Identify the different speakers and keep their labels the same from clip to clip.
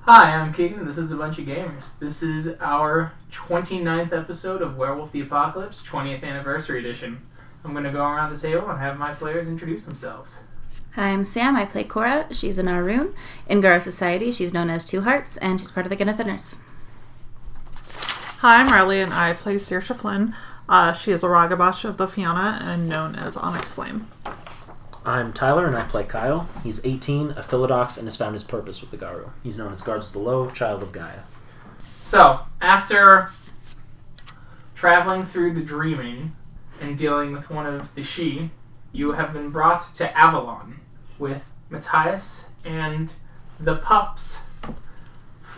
Speaker 1: Hi, I'm Keegan. This is a bunch of gamers. This is our 29th episode of Werewolf the Apocalypse 20th Anniversary Edition. I'm going to go around the table and have my players introduce themselves.
Speaker 2: Hi, I'm Sam. I play Cora. She's an Arun. In Garo Society, she's known as Two Hearts, and she's part of the Gunnathinners.
Speaker 3: Hi, I'm Riley, and I play Saoirse Flynn. Uh, she is a Ragabash of the Fianna and known as Onyx Flame.
Speaker 4: I'm Tyler, and I play Kyle. He's 18, a Philodox, and has found his purpose with the Garu. He's known as Guards of the Low, Child of Gaia.
Speaker 1: So, after traveling through the dreaming and dealing with one of the she, you have been brought to Avalon with Matthias and the pups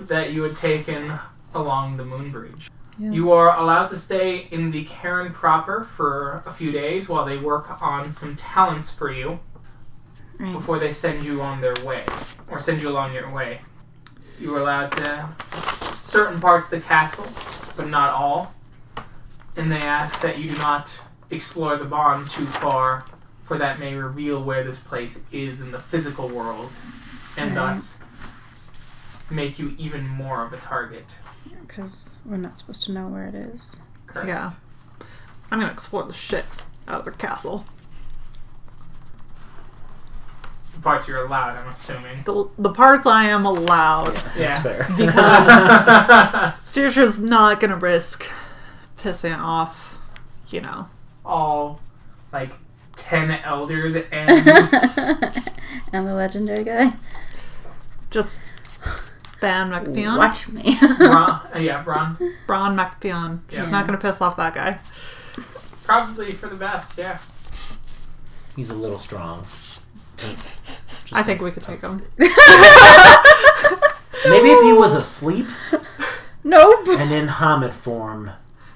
Speaker 1: that you had taken along the moon bridge.
Speaker 3: Yeah.
Speaker 1: You are allowed to stay in the Karen proper for a few days while they work on some talents for you
Speaker 2: Right.
Speaker 1: before they send you on their way or send you along your way. You were allowed to certain parts of the castle, but not all. And they ask that you do not explore the bond too far, for that may reveal where this place is in the physical world, and
Speaker 2: Right.
Speaker 1: thus make you even more of a target.
Speaker 2: Because we're not supposed to know where it is.
Speaker 1: Correct.
Speaker 3: Yeah. I'm gonna explore the shit out of the castle.
Speaker 1: The parts you're allowed, I'm assuming.
Speaker 3: The, the parts I am allowed.
Speaker 1: Yeah.
Speaker 4: That's fair.
Speaker 3: Saoirse's not gonna risk pissing off, you know.
Speaker 1: all like ten elders and
Speaker 2: I'm the legendary guy.
Speaker 3: Just Ban McFionn.
Speaker 2: Watch me.
Speaker 1: Ron, uh, yeah, Ron.
Speaker 3: Bron McFionn. She's
Speaker 1: Yeah.
Speaker 3: not gonna piss off that guy.
Speaker 1: Probably for the best, yeah.
Speaker 4: He's a little strong.
Speaker 3: I think we could take him.
Speaker 4: Maybe if he was asleep
Speaker 2: nope.
Speaker 4: and in Hamid form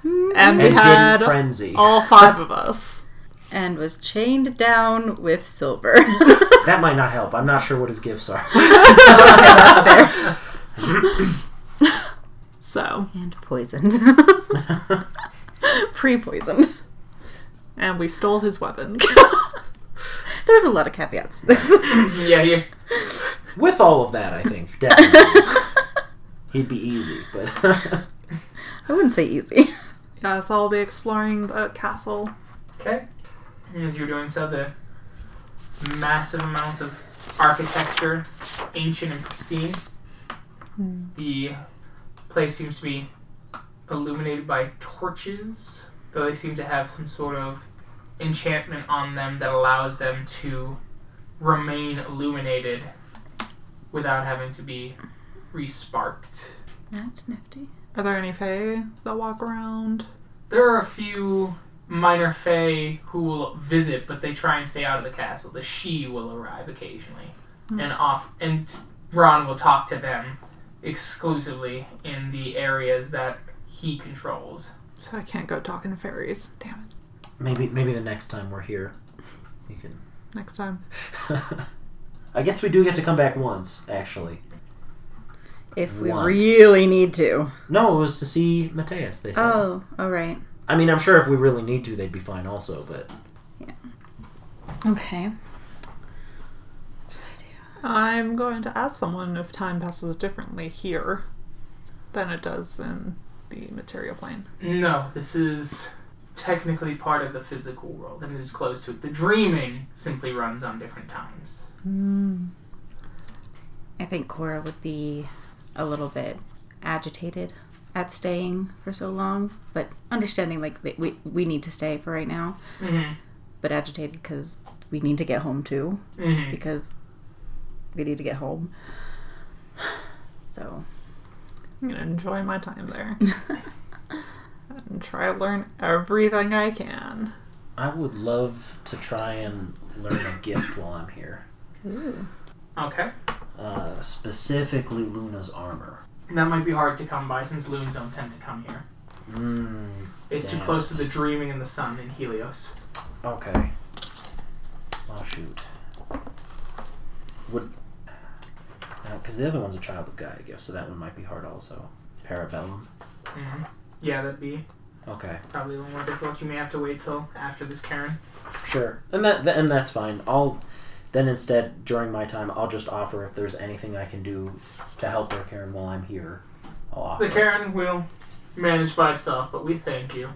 Speaker 3: And we
Speaker 4: and
Speaker 3: had
Speaker 4: didn't frenzy.
Speaker 3: all five of us.
Speaker 2: And was chained down with silver.
Speaker 4: That might not help. I'm not sure what his gifts are.
Speaker 3: So,
Speaker 2: and poisoned. Pre poisoned.
Speaker 3: and we stole his weapons.
Speaker 2: There's a lot of caveats to this.
Speaker 1: Yeah, yeah.
Speaker 4: With all of that, I think, definitely. He'd be easy, but.
Speaker 2: I wouldn't say easy.
Speaker 3: yeah, so I'll be exploring the castle.
Speaker 1: Okay. And as you're doing so, the massive amounts of architecture, ancient and pristine, the place seems to be illuminated by torches, though they seem to have some sort of enchantment on them that allows them to remain illuminated without having to be resparked.
Speaker 2: That's nifty.
Speaker 3: Are there any Fae that walk around?
Speaker 1: There are a few minor fae who will visit, but they try and stay out of the castle. The she will arrive occasionally, and off and Ron will talk to them exclusively in the areas that he controls.
Speaker 3: So I can't go talking to fairies. Damn
Speaker 4: maybe, maybe the next time we're here, you can.
Speaker 3: it. Next time.
Speaker 4: I guess we do get to come back once, actually.
Speaker 2: If we
Speaker 4: Once.
Speaker 2: really need to.
Speaker 4: No, it was to see Mateus, they said.
Speaker 2: Oh, all right.
Speaker 4: I mean, I'm sure if we really need to, they'd be fine also, but
Speaker 2: Okay.
Speaker 3: I'm going to ask someone if time passes differently here than it does in the material plane.
Speaker 1: No, this is technically part of the physical world and is close to it. The dreaming simply runs on different times.
Speaker 2: I think Cora would be a little bit agitated at staying for so long, but understanding like that we we need to stay for right now,
Speaker 1: Mm-hmm.
Speaker 2: but agitated because we need to get home too
Speaker 1: Mm-hmm.
Speaker 2: because we need to get home. So
Speaker 3: I'm going to enjoy my time there and try to learn everything I can.
Speaker 4: I would love to try and learn a gift while I'm here.
Speaker 1: Okay,
Speaker 4: Uh, specifically, Luna's armor.
Speaker 1: and that might be hard to come by since loons don't tend to come here.
Speaker 4: Mm,
Speaker 1: It's too
Speaker 4: Damn.
Speaker 1: close to the dreaming and the sun in Helios.
Speaker 4: okay. Oh, shoot. Would. Because the other one's a child of Gaia gift, so that one might be hard also. Parabellum.
Speaker 1: hmm Yeah, that'd be
Speaker 4: Okay,
Speaker 1: probably a little more difficult. You may have to wait till after this Karen.
Speaker 4: sure. And that, and that's fine. I'll Then instead, during my time, I'll just offer if there's anything I can do to help their Karen while I'm here. I'll offer.
Speaker 1: The Karen will manage by itself, but we thank you.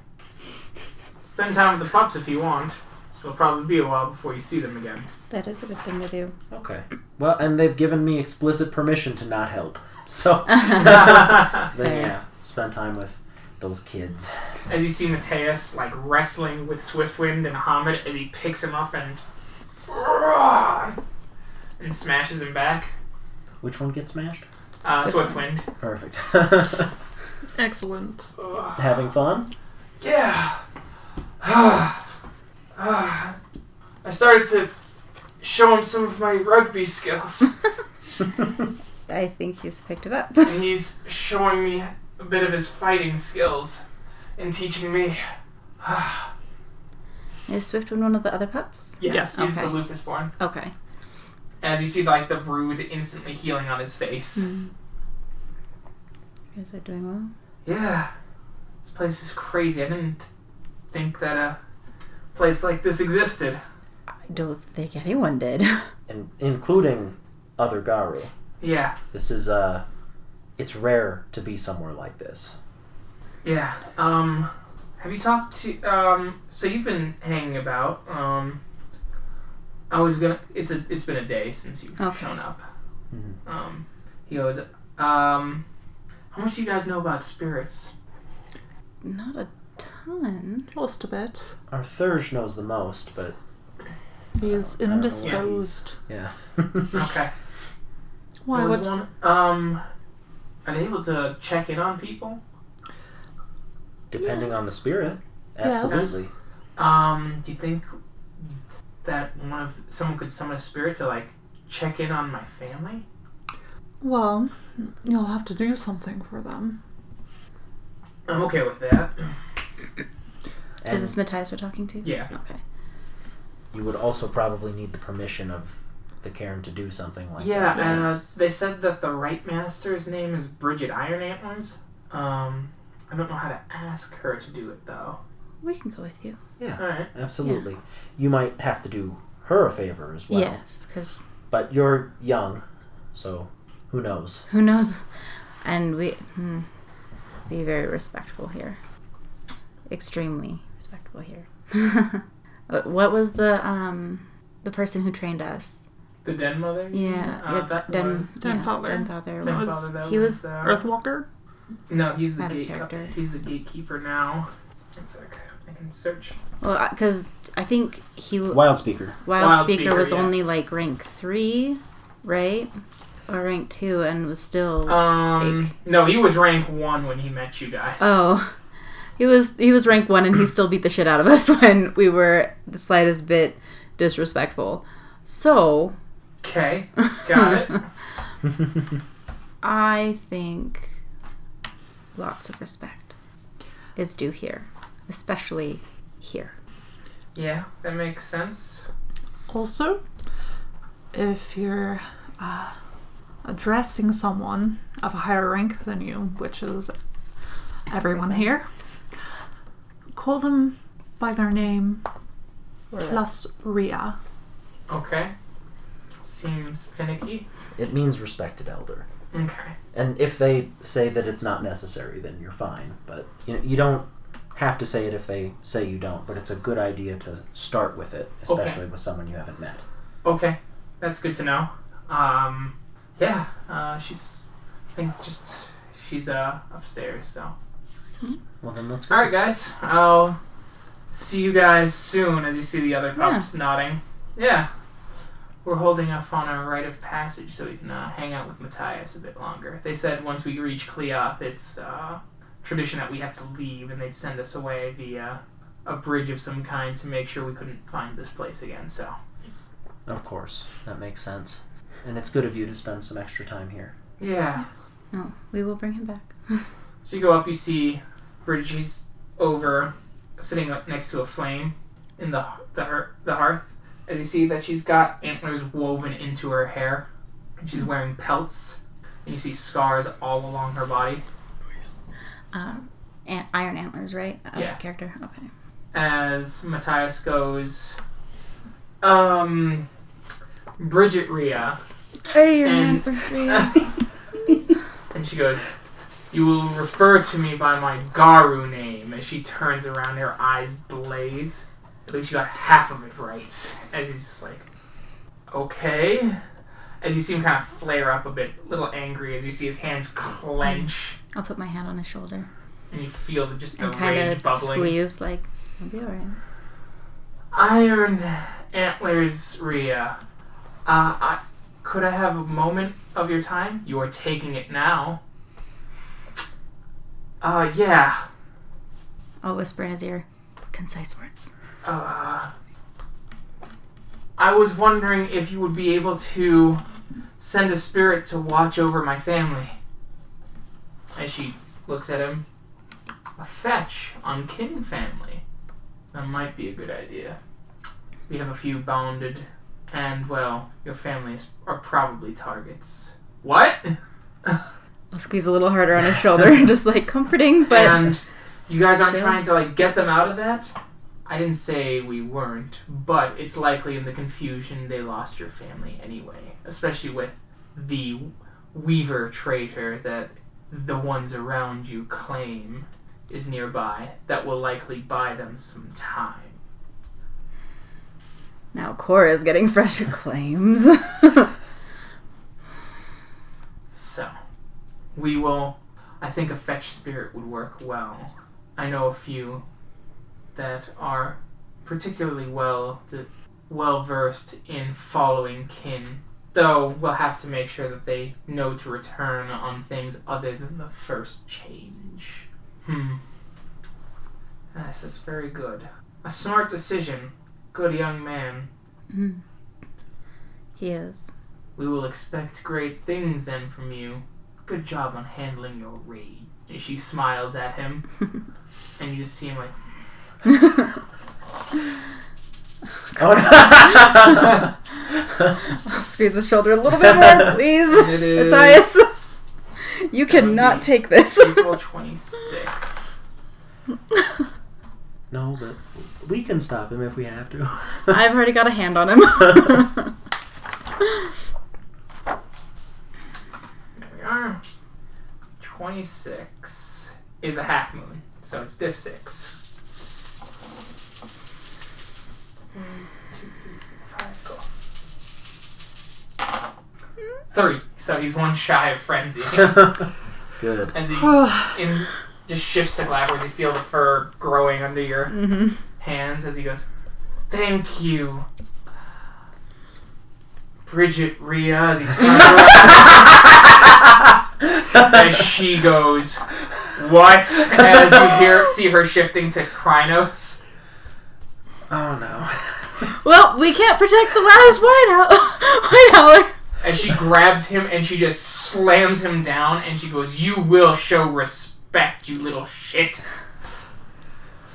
Speaker 1: Spend time with the pups if you want. It'll probably be a while before you see them again.
Speaker 2: That is a good thing to do.
Speaker 4: Okay. Well, and they've given me explicit permission to not help. So then,
Speaker 2: Fair.
Speaker 4: yeah, spend time with those kids.
Speaker 1: as you see Mateus like wrestling with Swiftwind and Hamid as he picks him up and and smashes him back.
Speaker 4: Which one gets smashed?
Speaker 1: Uh,
Speaker 2: Swiftwind.
Speaker 1: Swiftwind.
Speaker 4: Perfect.
Speaker 3: Excellent.
Speaker 4: Having fun?
Speaker 1: Yeah. I started to show him some of my rugby skills,
Speaker 2: I think he's picked it up.
Speaker 1: and he's showing me a bit of his fighting skills and teaching me.
Speaker 2: is Swiftwind one of the other pups?
Speaker 3: Yes.
Speaker 1: he's the
Speaker 2: Okay.
Speaker 1: lupus born.
Speaker 2: Okay.
Speaker 1: As you see, like the bruise instantly healing on his face.
Speaker 2: You guys are doing well.
Speaker 1: Yeah, this place is crazy. I didn't think that a place like this existed.
Speaker 2: I don't think anyone did.
Speaker 4: And including other Garu.
Speaker 1: Yeah,
Speaker 4: This is, uh, it's rare to be somewhere like this.
Speaker 1: yeah. Um, have you talked to? Um, so you've been hanging about. Um, I was gonna. It's a. It's been a day since you've
Speaker 2: Okay.
Speaker 1: shown up.
Speaker 4: Mhm.
Speaker 1: Um, he goes. Um, how much do you guys know about spirits?
Speaker 2: Not a ton.
Speaker 3: Just a bit.
Speaker 4: Our Thurge knows the most, but
Speaker 3: He's
Speaker 4: I don't know why
Speaker 3: indisposed.
Speaker 4: yeah.
Speaker 1: Okay.
Speaker 3: Why
Speaker 1: There was
Speaker 3: would
Speaker 1: one- Um, are they able to check in on people?
Speaker 4: Depending on the spirit.
Speaker 3: Yes.
Speaker 4: Absolutely.
Speaker 1: Um, do you think that one of someone could summon a spirit to like check in on my family?
Speaker 3: Well, you'll have to do something for them.
Speaker 1: I'm okay with that.
Speaker 4: And
Speaker 2: is this Matthias we're talking to?
Speaker 1: Yeah.
Speaker 2: Okay.
Speaker 4: you would also probably need the permission of the Karen to do something like
Speaker 1: Yeah,
Speaker 4: that.
Speaker 1: uh, they said that the right master's name is Bridget Iron Antlers. Um, I don't know how to ask her to do it though.
Speaker 2: We can go with you.
Speaker 4: Yeah.
Speaker 1: All right.
Speaker 4: Absolutely. You might have to do her a favor as well.
Speaker 2: Yes, because
Speaker 4: But you're young, so who knows?
Speaker 2: who knows? And we hmm, be very respectful here. Extremely respectful here. What- what was the um the person who trained us?
Speaker 1: The Den Mother. you mean?
Speaker 2: Yeah,
Speaker 1: Uh,
Speaker 2: yeah,
Speaker 1: that
Speaker 2: Den,
Speaker 1: was
Speaker 3: Den
Speaker 2: yeah,
Speaker 3: Fowler.
Speaker 2: Den Fowler.
Speaker 1: Den
Speaker 3: was-
Speaker 1: Father, that
Speaker 2: he was
Speaker 1: uh,
Speaker 3: Earthwalker?
Speaker 1: No, he's the
Speaker 2: out of
Speaker 1: gate.
Speaker 2: character.
Speaker 1: He's the gatekeeper now. It's like I can search.
Speaker 2: Well, because I think he w-
Speaker 4: Wild speaker.
Speaker 2: Wild,
Speaker 1: Wild
Speaker 2: Speaker,
Speaker 1: Speaker,
Speaker 2: was
Speaker 1: yeah.
Speaker 2: only like rank three, right? Or rank two, and was still.
Speaker 1: Um, no, he was rank one when he met you guys.
Speaker 2: oh, he was he was rank one, and he still beat the shit out of us when we were the slightest bit disrespectful. So
Speaker 1: Okay, got it.
Speaker 2: I think lots of respect is due here, especially here.
Speaker 1: Yeah, that makes sense.
Speaker 3: Also, if you're uh, addressing someone of a higher rank than you, which is everyone here, call them by their name plus Ria.
Speaker 1: Okay. Seems finicky.
Speaker 4: It means respected elder.
Speaker 1: Okay.
Speaker 4: And if they say that it's not necessary, then you're fine. But you know, you don't have to say it if they say you don't. But it's a good idea to start with it, especially with someone you haven't met.
Speaker 1: Okay. That's good to know. Um, yeah, uh, she's, I think just, she's, uh, upstairs, so.
Speaker 4: Well, then let's go.
Speaker 1: Alright, guys. I'll see you guys soon as you see the other pups nodding. Yeah. We're holding off on our rite of passage so we can, uh, hang out with Matthias a bit longer. They said once we reach Cleoth, it's, uh, tradition that we have to leave and they'd send us away via a bridge of some kind to make sure we couldn't find this place again, so.
Speaker 4: Of course, that makes sense. And it's good of you to spend some extra time here.
Speaker 1: Yeah.
Speaker 2: No, Oh, we will bring him back.
Speaker 1: So you go up, you see Bridgie's over, sitting up next to a flame in the the, hear- the hearth. As you see that she's got antlers woven into her hair, and she's wearing pelts, and you see scars all along her body.
Speaker 2: Uh, an- Iron Antlers, right? Uh,
Speaker 1: Yeah.
Speaker 2: Character. Okay.
Speaker 1: As Matthias goes, um, Bridget Rhea,
Speaker 2: Hey, your
Speaker 1: And-
Speaker 2: anniversary.
Speaker 1: and she goes, "You will refer to me by my Garu name." And she turns around, her eyes blaze. At least you got half of it right. As he's just like, "Okay." As you see him kind of flare up a bit, a little angry, as you see his hands clench,
Speaker 2: I'll put my hand on his shoulder
Speaker 1: and you feel the, just the
Speaker 2: and kind
Speaker 1: rage
Speaker 2: of
Speaker 1: bubbling.
Speaker 2: squeeze, like, I'll be alright.
Speaker 1: Iron Antlers Rhea. Uh, I, could I have a moment of your time? You are taking it now. Uh, yeah.
Speaker 2: I'll whisper in his ear, concise words.
Speaker 1: Uh, I was wondering if you would be able to send a spirit to watch over my family. And she looks at him. A fetch on kin family. That might be a good idea. We have a few bounded, and well, your families are probably targets. What?
Speaker 2: I'll squeeze a little harder on his shoulder, just like comforting, but
Speaker 1: and you guys aren't
Speaker 2: Chill.
Speaker 1: trying to like get them out of that. I didn't say we weren't, but it's likely in the confusion they lost your family anyway, especially with the Weaver traitor that the ones around you claim is nearby. That will likely buy them some time.
Speaker 2: now Cora's getting fresh claims.
Speaker 1: So, we will. I think a fetch spirit would work well. I know a few that are particularly well well versed in following kin. Though we'll have to make sure that they know to return on things other than the first change. Hmm. Yes, that's very good. A smart decision. Good young man.
Speaker 2: he is.
Speaker 1: We will expect great things then from you. Good job on handling your rage. And she smiles at him, and you just see him like,
Speaker 4: Oh,
Speaker 2: I'll squeeze his shoulder a little bit more, please.
Speaker 1: it is
Speaker 2: Matthias, you cannot
Speaker 1: cannot
Speaker 2: take this.
Speaker 1: April 26th.
Speaker 4: no, but we can stop him if we have to.
Speaker 2: I've already got a hand on him.
Speaker 1: There we are. 26 is a half moon, so it's diff 6. One, two, three, four, five, go. Three. So he's one shy of frenzy.
Speaker 4: Good.
Speaker 1: As he
Speaker 3: Ugh.
Speaker 1: in just shifts to backwards. You feel the fur growing under your
Speaker 2: hmm
Speaker 1: hands as he goes, Thank you. Bridget Rhea as he turns around. as she goes, What? As you hear see her shifting to Krynos.
Speaker 4: Oh no.
Speaker 2: Well, we can't protect the last white owl. white owler.
Speaker 1: As she grabs him and she just slams him down and she goes, You will show respect, you little shit.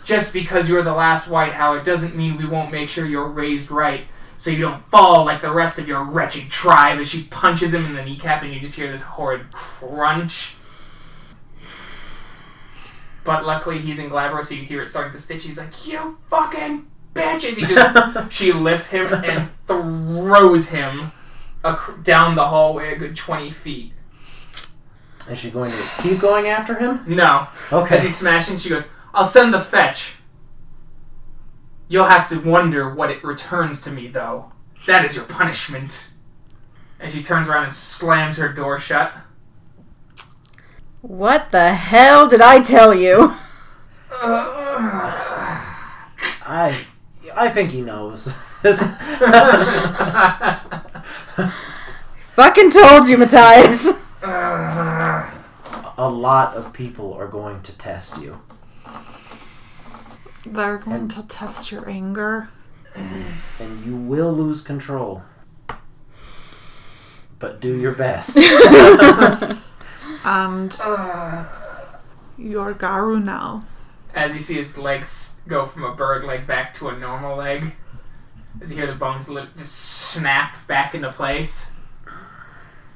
Speaker 1: Just because you're the last White Howler doesn't mean we won't make sure you're raised right so you don't fall like the rest of your wretched tribe. As she punches him in the kneecap and you just hear this horrid crunch. But luckily he's in Glabro, so you hear it starting to stitch. He's like, You fucking bitches! He just she lifts him and throws him ac- down the hallway a good 20 feet.
Speaker 4: Is she going to keep going after him?
Speaker 1: No. As
Speaker 4: Okay.
Speaker 1: he's smashing, she goes, I'll send the fetch. You'll have to wonder what it returns to me, though. That is your punishment. And she turns around and slams her door shut.
Speaker 2: What the hell did I tell you?
Speaker 4: I I think he knows.
Speaker 2: Fucking told you, Matthias.
Speaker 4: a lot of people are going to test you.
Speaker 3: They're going to test your anger.
Speaker 4: and you will lose control. But do your best.
Speaker 3: And your Garu now.
Speaker 1: As you see his legs go from a bird leg back to a normal leg. As you hear the bones li- just snap back into place.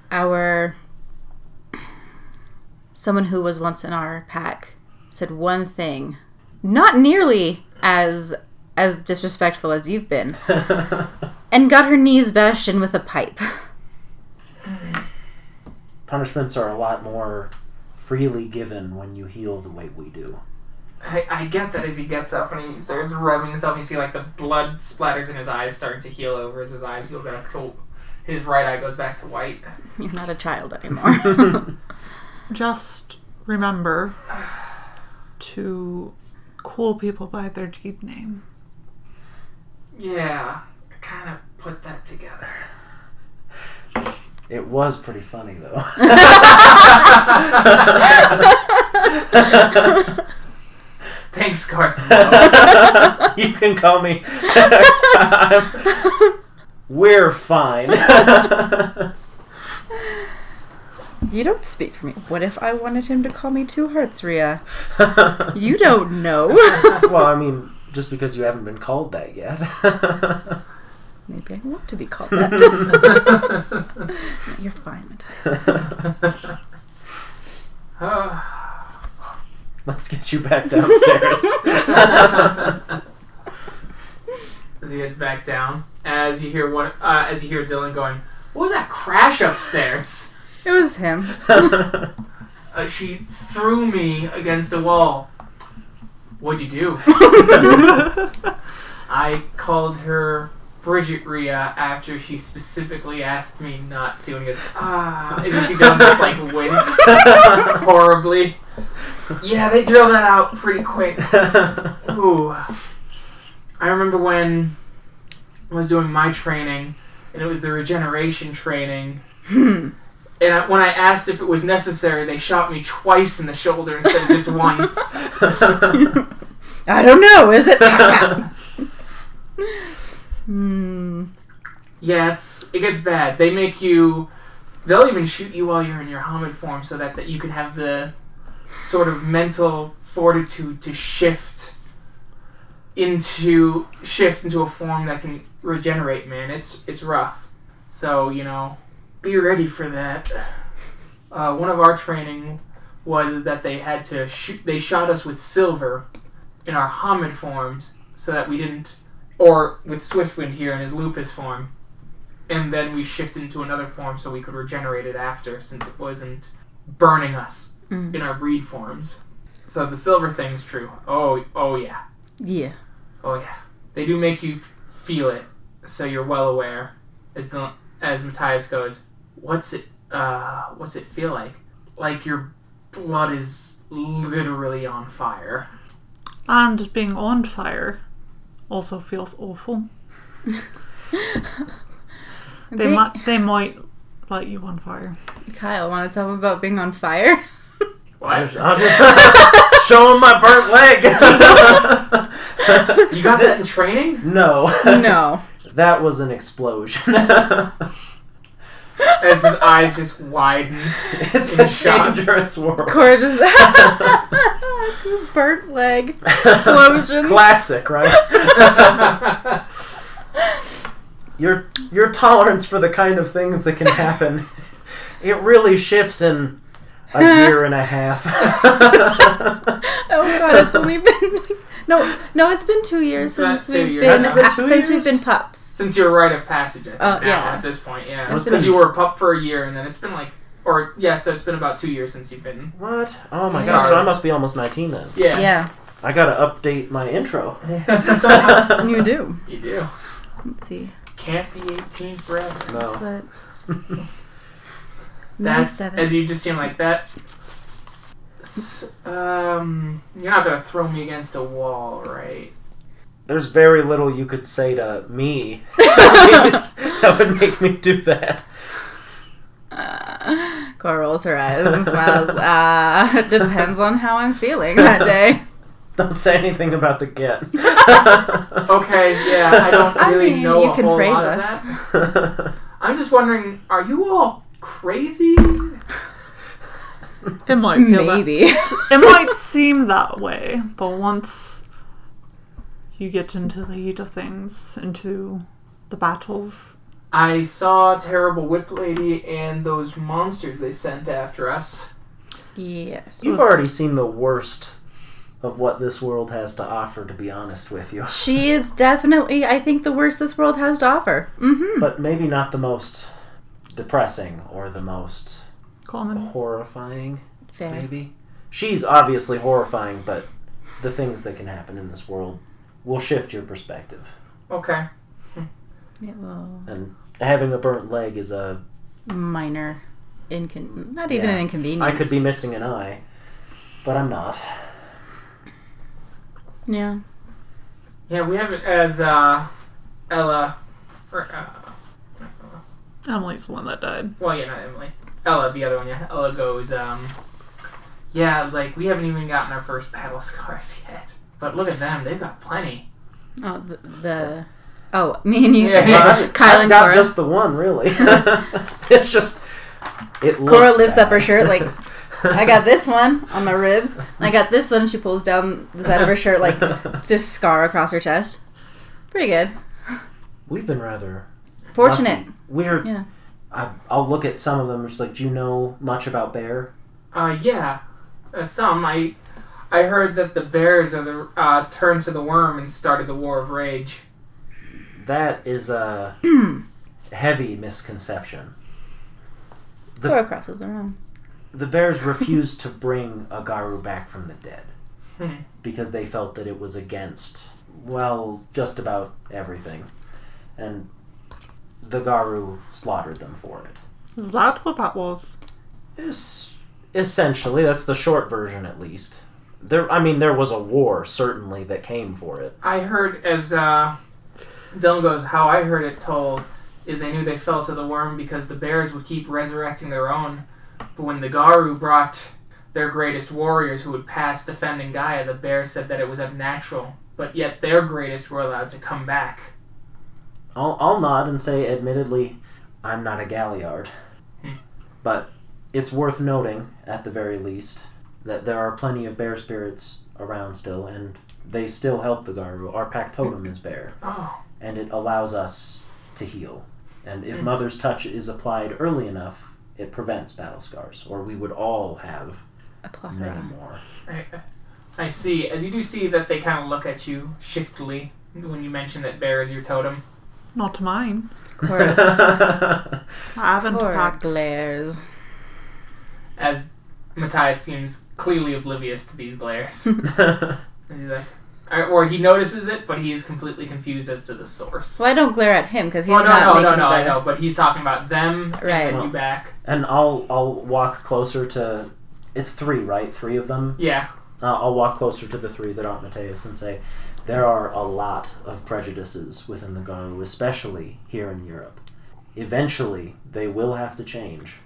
Speaker 2: our someone who was once in our pack said one thing not nearly as as disrespectful as you've been and got her knees bashed in with a pipe.
Speaker 4: Punishments are a lot more freely given when you heal the way we do.
Speaker 1: I, I get that as he gets up and he starts rubbing himself. You see, like, the blood splatters in his eyes starting to heal over as his eyes go back to. His right eye goes back to white.
Speaker 2: You're not a child anymore.
Speaker 3: Just remember to call people by their deed name.
Speaker 1: Yeah, I kind of put that together.
Speaker 4: It was pretty funny though.
Speaker 1: Thanks, Scarts.
Speaker 4: you can call me. We're fine.
Speaker 2: You don't speak for me. What if I wanted him to call me Two Hearts, Ria? You don't know.
Speaker 4: well, I mean, just because you haven't been called that yet.
Speaker 2: Maybe I want to be called that. No, You're fine, Matthias.
Speaker 4: Let's get you back downstairs.
Speaker 1: as he heads back down, as you hear one, uh, as you hear Dylan going, "What was that crash upstairs?"
Speaker 2: It was him.
Speaker 1: Uh, she threw me against the wall. What'd you do? I called her Bridget Rhea after she specifically asked me not to, and he goes, ah, and you see Dylan just like wince horribly. Yeah, they drilled that out pretty quick. Ooh. I remember when I was doing my training, and it was the regeneration training.
Speaker 2: Hmm.
Speaker 1: and I, when I asked if it was necessary, they shot me twice in the shoulder instead of just once.
Speaker 2: I don't know, is it? Hmm.
Speaker 1: Yeah, it's it gets bad. They make you. They'll even shoot you while you're in your Hamid form, so that that you can have the sort of mental fortitude to shift into shift into a form that can regenerate. Man, it's it's rough. So you know, be ready for that. Uh, one of our training was is that they had to shoot. They shot us with silver in our Hamid forms, so that we didn't or with Swiftwind here in his lupus form, and then we shift into another form so we could regenerate it after, since it wasn't burning us
Speaker 2: Mm.
Speaker 1: in our breed forms. So the silver thing's true. Oh, oh yeah,
Speaker 2: Yeah.
Speaker 1: oh yeah. They do make you feel it, so you're well aware. As the, as Matthias goes, what's it? Uh, what's it feel like? Like your blood is literally on fire.
Speaker 3: And being on fire also feels awful. They
Speaker 2: Big-
Speaker 3: might they might light you on fire.
Speaker 2: Kyle, want to tell him about being on fire?
Speaker 4: I'll
Speaker 1: What?
Speaker 4: just, I'll just show 'em my burnt leg.
Speaker 1: You got that in training?
Speaker 4: no.
Speaker 2: no.
Speaker 4: That was an explosion.
Speaker 1: As his eyes just widen.
Speaker 4: it's
Speaker 1: In
Speaker 4: a
Speaker 1: shock.
Speaker 4: dangerous world.
Speaker 2: Cora just burnt leg explosion.
Speaker 4: Classic, right? your your tolerance for the kind of things that can happen it really shifts in a year and a half.
Speaker 2: oh god, it's only been like, no, no, it's been two years
Speaker 1: Not
Speaker 2: since
Speaker 1: two
Speaker 2: we've
Speaker 1: years. Has
Speaker 2: been,
Speaker 1: it been
Speaker 2: uh,
Speaker 4: two
Speaker 2: since we've
Speaker 4: years?
Speaker 2: been pups.
Speaker 1: since you're a rite of passage, I think,
Speaker 2: Oh,
Speaker 1: now,
Speaker 2: yeah.
Speaker 1: at this point, yeah,
Speaker 2: It's
Speaker 1: because
Speaker 2: been-
Speaker 1: you were a pup for a year, and then it's been like, or yeah, so it's been about two years since you've been,
Speaker 4: what? Oh my
Speaker 1: Yeah.
Speaker 4: god! So I must be almost nineteen then.
Speaker 1: yeah,
Speaker 4: I gotta update my intro.
Speaker 2: yeah. you do.
Speaker 1: you do.
Speaker 2: Let's see.
Speaker 1: Can't be 18 forever.
Speaker 2: That's
Speaker 4: No.
Speaker 2: what.
Speaker 1: That's
Speaker 2: seven.
Speaker 1: as you just seem like that. s- Um, you're not gonna throw me against a wall, right?
Speaker 4: There's very little you could say to me that would make me do that.
Speaker 2: Uh, Cora rolls her eyes and smiles. Ah, it depends on how I'm feeling that day.
Speaker 4: Don't say anything about the get.
Speaker 1: Okay, yeah, I don't
Speaker 2: I
Speaker 1: really
Speaker 2: mean,
Speaker 1: know
Speaker 2: you
Speaker 1: a
Speaker 2: can
Speaker 1: whole
Speaker 2: praise
Speaker 1: lot
Speaker 2: us.
Speaker 1: of that. I'm just wondering, are you all crazy?
Speaker 3: It might feel that
Speaker 2: Maybe.
Speaker 3: it might seem that way, but once you get into the heat of things, into the battles,
Speaker 1: I saw Terrible Whip Lady and those monsters they sent after us.
Speaker 2: yes.
Speaker 4: You've already seen the worst of what this world has to offer, to be honest with you.
Speaker 2: She is definitely, I think, the worst this world has to offer. Mm-hmm.
Speaker 4: But maybe not the most depressing or the most
Speaker 3: Coleman.
Speaker 4: horrifying,
Speaker 2: Fair.
Speaker 4: maybe. She's obviously horrifying, but the things that can happen in this world will shift your perspective.
Speaker 1: Okay.
Speaker 2: It will
Speaker 4: And having a burnt leg is a.
Speaker 2: minor, incon- not even
Speaker 4: Yeah.
Speaker 2: an inconvenience.
Speaker 4: I could be missing an eye, but I'm not.
Speaker 2: Yeah.
Speaker 1: Yeah, we haven't, as uh, Ella, or, uh, not Ella.
Speaker 3: Emily's the one that died.
Speaker 1: well, yeah, not Emily. Ella, the other one, yeah. Ella goes, um, yeah, like, we haven't even gotten our first battle scars yet. But look at them, they've got plenty.
Speaker 2: Oh, the, the oh, me and you,
Speaker 1: Yeah.
Speaker 4: Well,
Speaker 2: Kyle
Speaker 4: I've
Speaker 2: and
Speaker 4: got
Speaker 2: Cora.
Speaker 4: just the one, really. it's just it. Looks
Speaker 2: Cora lifts
Speaker 4: bad.
Speaker 2: up her shirt like, I got this one on my ribs. and I got this one. She pulls down the side of her shirt like just scar across her chest. Pretty good.
Speaker 4: We've been rather
Speaker 2: Fortunate.
Speaker 4: lucky. We're.
Speaker 2: Yeah.
Speaker 4: I, I'll look at some of them. Just like, do you know much about bear?
Speaker 1: Uh, yeah, uh, some. I, I heard that the bears are the, uh, turned to the worm and started the War of Rage.
Speaker 4: That is a heavy misconception. The-
Speaker 2: Cora crosses her arms.
Speaker 4: The bears refused to bring Agaru back from the dead
Speaker 1: Hmm.
Speaker 4: because they felt that it was against, well, just about everything, and the Garu slaughtered them for it.
Speaker 3: Is that what that was?
Speaker 4: Es- essentially, that's the short version, at least. There, I mean, there was a war certainly that came for it.
Speaker 1: I heard as uh, Dylan goes, how I heard it told is they knew they fell to the worm because the bears would keep resurrecting their own. But when the Garu brought their greatest warriors who would pass defending Gaia, the bears said that it was unnatural. But yet their greatest were allowed to come back.
Speaker 4: I'll, I'll nod and say, admittedly, I'm not a galliard.
Speaker 1: Hmm.
Speaker 4: But it's worth noting, at the very least, that there are plenty of bear spirits around still, and they still help the Garu. Our Pactotum is bear,
Speaker 1: Oh,
Speaker 4: and it allows us to heal. And if
Speaker 1: Hmm.
Speaker 4: Mother's Touch is applied early enough, it prevents battle scars, or we would all have
Speaker 2: A
Speaker 4: many
Speaker 2: plethora.
Speaker 4: more.
Speaker 1: I, I see. As you do see that they kind of look at you shiftily when you mention that bear is your totem.
Speaker 3: Not mine.
Speaker 2: Cora,
Speaker 3: I haven't
Speaker 2: Cora
Speaker 3: packed.
Speaker 2: glares.
Speaker 1: As Matthias seems clearly oblivious to these glares. And he's like, or- or he notices it, but he is completely confused as to the source.
Speaker 2: Well, I don't glare at him because he's
Speaker 1: oh no,
Speaker 2: not
Speaker 1: no,
Speaker 2: making
Speaker 1: no, no!
Speaker 2: the-
Speaker 1: I know, but he's talking about them
Speaker 2: Right.
Speaker 1: and then you back.
Speaker 4: And I'll I'll walk closer to. It's three, right? Three of them.
Speaker 1: Yeah,
Speaker 4: Uh, I'll walk closer to the three that aren't Mateus and say, there are a lot of prejudices within the Garu, especially here in Europe. Eventually, they will have to change.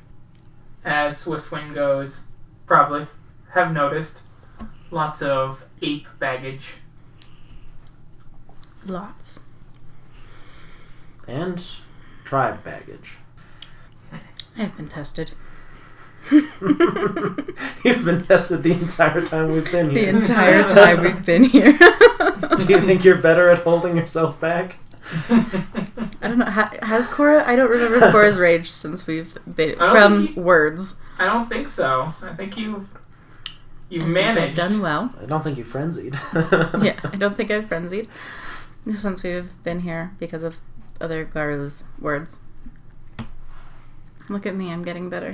Speaker 1: as Swiftwing goes, probably have noticed lots of ape baggage.
Speaker 2: Lots.
Speaker 4: And tribe baggage.
Speaker 2: I've been tested.
Speaker 4: You've been tested the entire time we've been
Speaker 2: The
Speaker 4: here.
Speaker 2: entire time we've been here.
Speaker 4: Do you think you're better at holding yourself back?
Speaker 2: I don't know. Ha- has Cora? I don't remember Cora's rage since we've been
Speaker 1: I don't
Speaker 2: from
Speaker 1: think you-
Speaker 2: words.
Speaker 1: I don't think so. I think you you
Speaker 2: I
Speaker 1: have
Speaker 2: think
Speaker 1: managed.
Speaker 2: I've done well.
Speaker 4: I don't think you frenzied.
Speaker 2: yeah, I don't think I've frenzied since we've been here because of other Garu's words. Look at me, I'm getting better.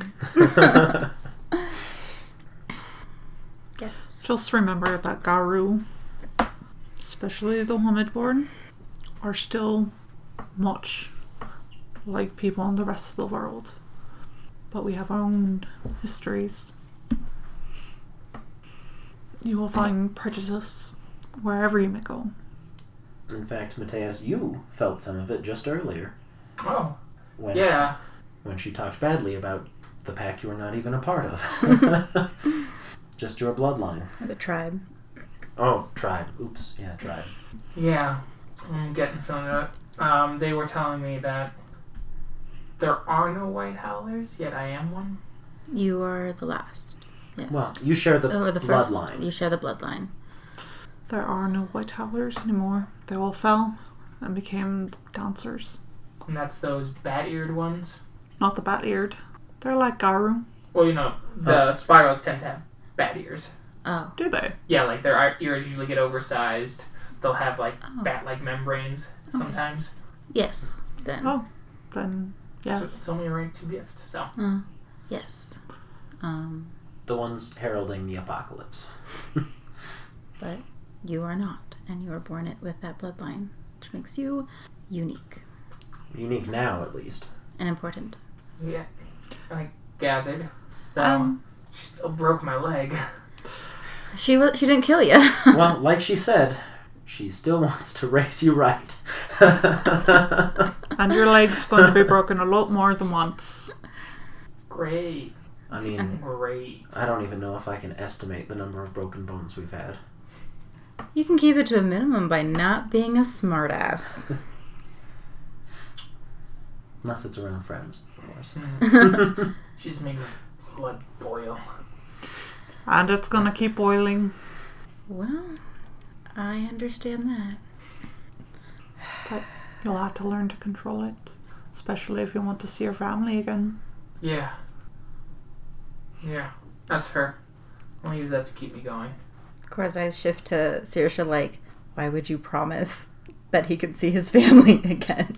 Speaker 2: Yes.
Speaker 3: Just remember that Garu, especially the Homidborn, are still much like people in the rest of the world. But we have our own histories. You will find prejudice wherever you may go.
Speaker 4: in fact, Mateus, you felt some of it just earlier
Speaker 1: Oh,
Speaker 4: when
Speaker 1: yeah.
Speaker 4: when she talked badly about the pack you were not even a part of. Just your bloodline.
Speaker 2: The tribe.
Speaker 4: Oh, tribe. Oops. Yeah, tribe.
Speaker 1: Yeah, I'm getting some of it. Um, they were telling me that there are no white howlers, yet I am one.
Speaker 2: You are the last. Yes. Oh,
Speaker 4: Well, you share the,
Speaker 2: or the first.
Speaker 4: bloodline.
Speaker 2: You share the bloodline.
Speaker 3: There are no White Howlers anymore. They all fell and became dancers.
Speaker 1: And that's those bat-eared ones.
Speaker 3: Not the bat eared. They're like Garu.
Speaker 1: Well, you know, the spirals tend to have bat ears.
Speaker 2: Oh.
Speaker 3: Do they?
Speaker 1: Yeah, like their eye- ears usually get oversized. They'll have like
Speaker 2: Oh.
Speaker 1: bat-like membranes sometimes.
Speaker 2: Yes. Then.
Speaker 3: Oh. Then
Speaker 1: So
Speaker 3: yes.
Speaker 1: it's only a right to gift. So
Speaker 2: Uh, yes. Um,
Speaker 4: The ones heralding the apocalypse.
Speaker 2: but you are not, and you are born it with that bloodline, which makes you unique
Speaker 4: Unique now, at least.
Speaker 2: and important.
Speaker 1: yeah, I gathered that
Speaker 3: Um.
Speaker 1: she still broke my leg.
Speaker 2: She was. She didn't kill you.
Speaker 4: well, like she said, she still wants to raise you right. I
Speaker 3: And your leg's going to be broken a lot more than once.
Speaker 1: Great,
Speaker 4: mean,
Speaker 1: great.
Speaker 4: I don't even know if I can estimate the number of broken bones we've had.
Speaker 2: You can keep it to a minimum by not being a smartass.
Speaker 4: Unless it's around friends, of course.
Speaker 1: Mm, She's made my blood boil.
Speaker 3: And it's going to keep boiling.
Speaker 2: well, I understand that.
Speaker 3: You'll have to learn to control it. Especially if you want to see your family again.
Speaker 1: Yeah, yeah, that's her. I'll use that to keep me going.
Speaker 2: Of course, I shift to Sirisha. Like, why would you promise that he could see his family again?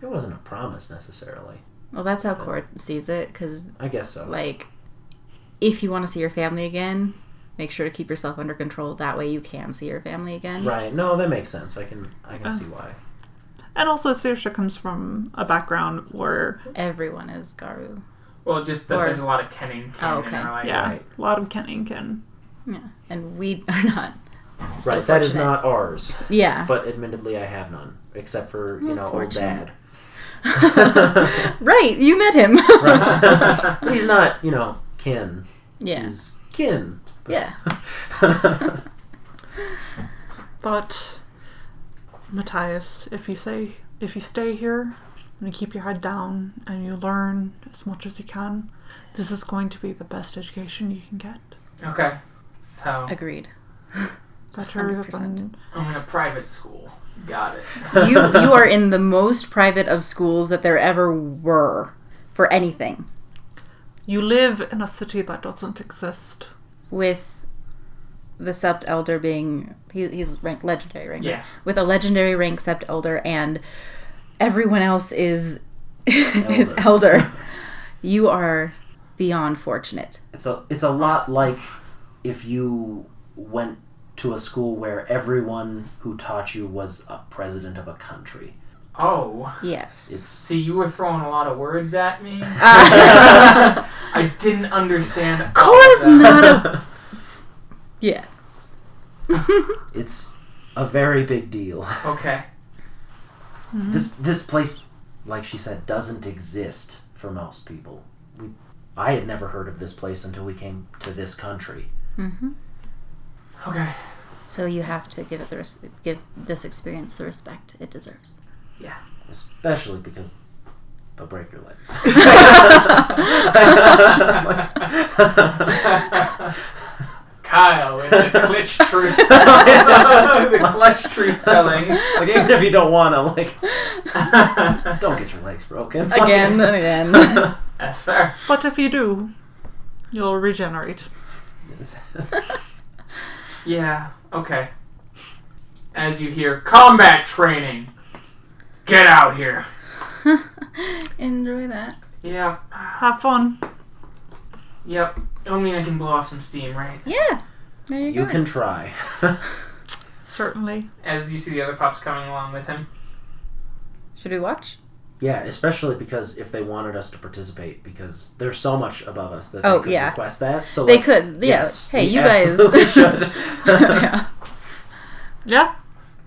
Speaker 4: It wasn't a promise necessarily.
Speaker 2: Well, that's how Court sees it, because
Speaker 4: I guess so.
Speaker 2: like if you want to see your family again make sure to keep yourself under control that way you can see your family again
Speaker 4: Right. No, that makes sense. I can I can
Speaker 2: Oh,
Speaker 3: Uh.
Speaker 4: see why.
Speaker 3: And also, Sirsha comes from a background where,
Speaker 2: everyone is garu
Speaker 1: Well, just that
Speaker 2: Or-
Speaker 1: there's a lot of kenning
Speaker 2: Oh,
Speaker 1: in
Speaker 2: okay.
Speaker 1: our life.
Speaker 3: yeah,
Speaker 4: Right.
Speaker 3: a lot of kenning and
Speaker 2: yeah and we are not so
Speaker 4: right. That is
Speaker 2: fortunate. Uh.
Speaker 4: not ours.
Speaker 2: yeah
Speaker 4: But admittedly, I have none except for you know old
Speaker 2: Unfortunate.
Speaker 4: dad.
Speaker 2: right you met him
Speaker 4: Right. but he's not you know kin.
Speaker 2: yeah
Speaker 4: He's kin.
Speaker 2: yeah
Speaker 3: But Matthias, if you say if you stay here and you keep your head down and you learn as much as you can, this is going to be the best education you can get.
Speaker 1: Okay, so
Speaker 2: agreed
Speaker 3: Better
Speaker 2: 100%.
Speaker 3: than
Speaker 1: I'm in a private school. Got it.
Speaker 2: you you are in the most private of schools that there ever were for anything
Speaker 3: you live in a city that doesn't exist.
Speaker 2: with the sept elder being he, he's ranked legendary rank
Speaker 1: Yeah.
Speaker 2: with a legendary rank sept elder and everyone else is is
Speaker 4: Elder.
Speaker 2: elder you are beyond fortunate
Speaker 4: It's a it's a lot like if you went to a school where everyone who taught you was a president of a country.
Speaker 1: Oh,
Speaker 2: yes
Speaker 4: It's
Speaker 1: see, you were throwing a lot of words at me. I didn't understand. Of
Speaker 2: course not a yeah
Speaker 4: it's a very big deal.
Speaker 1: Okay.
Speaker 4: This this place, like she said, doesn't exist for most people. We, I had never heard of this place until we came to this country.
Speaker 2: hmm
Speaker 1: Okay.
Speaker 2: so you have to give it the res- give this experience the respect it deserves
Speaker 1: Yeah.
Speaker 4: Especially because they'll break your legs.
Speaker 1: Kyle with the clutch truth. the clutch truth telling.
Speaker 4: like even if you don't want to, like, don't get your legs broken.
Speaker 2: again and again
Speaker 1: That's fair.
Speaker 3: But if you do, you'll regenerate.
Speaker 1: Yeah. Okay. As you hear combat training, get out here.
Speaker 2: enjoy that
Speaker 1: Yeah.
Speaker 3: Have fun.
Speaker 1: Yep. I mean, I can blow off some steam, right?
Speaker 2: yeah there you,
Speaker 4: you
Speaker 2: go
Speaker 4: can try.
Speaker 3: Certainly.
Speaker 1: As you see the other pups coming along with him.
Speaker 2: should we watch
Speaker 4: yeah, especially because if they wanted us to participate, because there's so much above us that
Speaker 2: Oh,
Speaker 4: they could
Speaker 2: yeah.
Speaker 4: request that. So
Speaker 2: they
Speaker 4: like,
Speaker 2: could yeah
Speaker 4: yes,
Speaker 2: hey
Speaker 4: we
Speaker 2: you guys
Speaker 4: absolutely should.
Speaker 2: yeah.
Speaker 3: Yeah.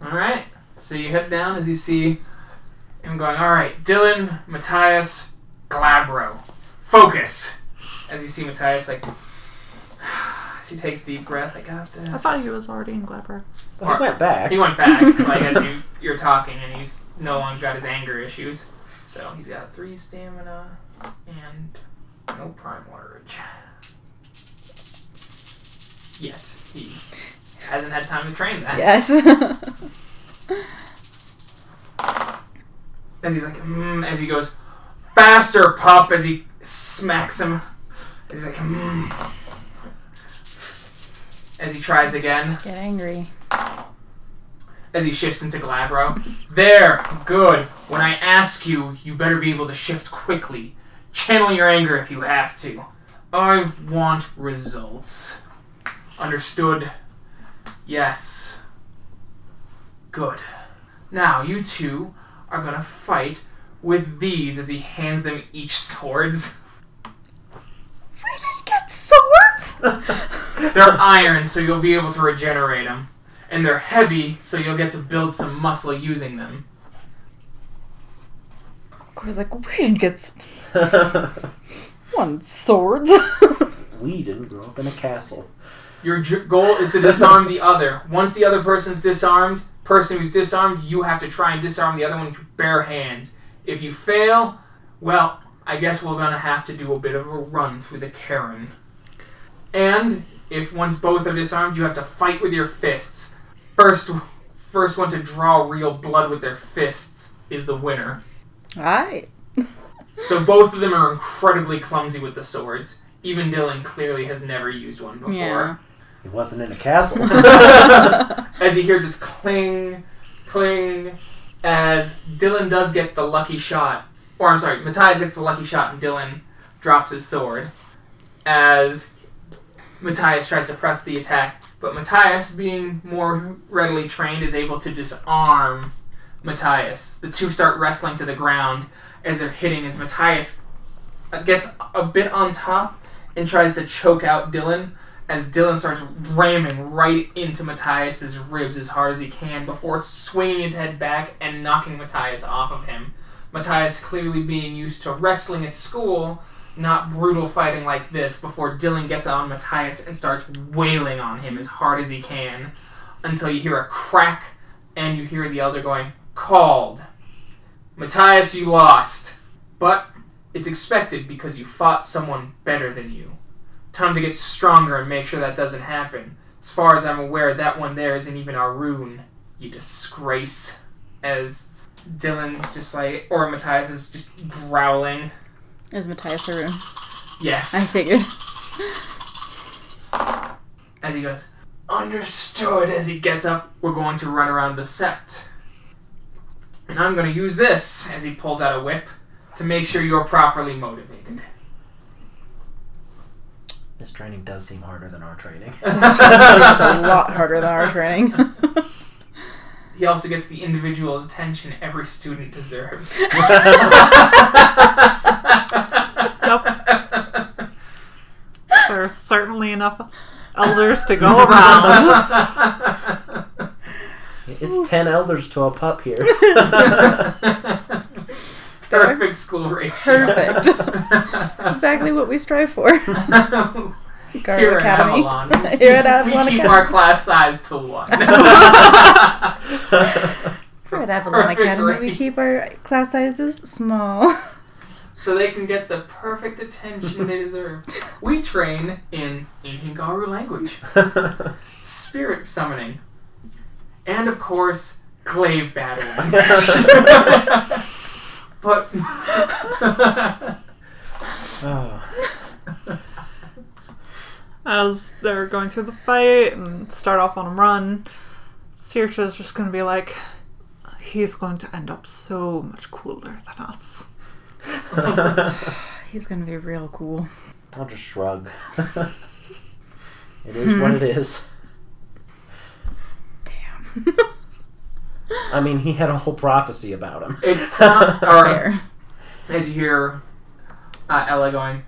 Speaker 1: All right. So you head down as you see him going. All right, Dylan, Matthias, Glabro, focus. As you see Matthias, like as he takes a deep breath, I got this.
Speaker 3: I thought he was already in Glabber.
Speaker 4: Well, he went back.
Speaker 1: He went back, like as you you're talking, and he's no longer got his anger issues. So he's got three stamina and no primal urge. Yet he hasn't had time to train that.
Speaker 2: yes
Speaker 1: As he's like, mm, as he goes, faster, pup, as he smacks him. As he's like, mm. as he tries again,
Speaker 2: Get angry.
Speaker 1: as he shifts into Glabro. There, good. When I ask you, you better be able to shift quickly. Channel your anger if you have to. I want results. Understood? Yes. Good. Now, you two are gonna fight with these as he hands them each swords.
Speaker 3: We didn't get swords.
Speaker 1: They're iron, so you'll be able to regenerate them. And they're heavy, so you'll get to build some muscle using them.
Speaker 5: I was like, we didn't get s- one swords.
Speaker 4: we didn't grow up in a castle.
Speaker 1: Your j- goal is to disarm the other. Once the other person's disarmed, person who's disarmed, you have to try and disarm the other one with your bare hands. If you fail, well, I guess we're gonna have to do a bit of a run through the Karen. And if once both are disarmed, you have to fight with your fists. First, first one to draw real blood with their fists is the winner.
Speaker 2: Alright.
Speaker 1: So both of them are incredibly clumsy with the swords. Even Dylan clearly has never used one before.
Speaker 2: Yeah.
Speaker 4: He wasn't in a castle.
Speaker 1: as you hear just cling, cling, as Dylan does get the lucky shot. Or I'm sorry, Matthias gets the lucky shot and Dylan drops his sword. As Matthias tries to press the attack, but Matthias, being more readily trained, is able to disarm Matthias. The two start wrestling to the ground as they're hitting as Matthias uh, gets a bit on top and tries to choke out Dylan as Dylan starts ramming right into Matthias's ribs as hard as he can before swinging his head back and knocking Matthias off of him. Matthias clearly being used to wrestling at school, not brutal fighting like this, before Dylan gets on Matthias and starts wailing on him as hard as he can until you hear a crack and you hear the elder going, Called. Matthias, you lost. But it's expected because you fought someone better than you time to get stronger and make sure that doesn't happen. As far as I'm aware, that one there isn't even our rune. You disgrace. As Dylan's just like, or Matthias is just growling.
Speaker 2: Is Matthias a room? I
Speaker 1: Yes.
Speaker 2: figured.
Speaker 1: As he goes, understood. As he gets up, we're going to run around the set. And I'm going to use this, as he pulls out a whip, to make sure you're properly motivated.
Speaker 4: this training does seem harder than our training.
Speaker 5: Seems a lot harder than our training.
Speaker 1: He also gets the individual attention every student deserves.
Speaker 3: There's certainly enough elders to go around.
Speaker 4: It's ten elders to a pup here.
Speaker 1: Perfect school ratio.
Speaker 5: Perfect. exactly what we strive for. Guard
Speaker 1: Here at
Speaker 5: Academy.
Speaker 1: Avalon,
Speaker 5: Here at
Speaker 1: we
Speaker 5: Avalon
Speaker 1: keep
Speaker 5: Academy.
Speaker 1: our class size to one.
Speaker 5: Here at Avalon
Speaker 1: perfect
Speaker 5: Academy, we
Speaker 1: range.
Speaker 5: keep our class sizes small.
Speaker 1: so they can get the perfect attention they deserve. We train in ancient Garu language, spirit summoning, and of course, glaive battling. but
Speaker 4: oh,
Speaker 3: As they're going through the fight and start off on a run, Sirta's just going to be like, he's going to end up so much cooler than us.
Speaker 2: He's gonna be real cool.
Speaker 4: I'll just shrug. it is what it is.
Speaker 2: Damn.
Speaker 4: I mean, he had a whole prophecy about him.
Speaker 1: it's not all right.
Speaker 2: Fair.
Speaker 1: as you hear uh, Ella going,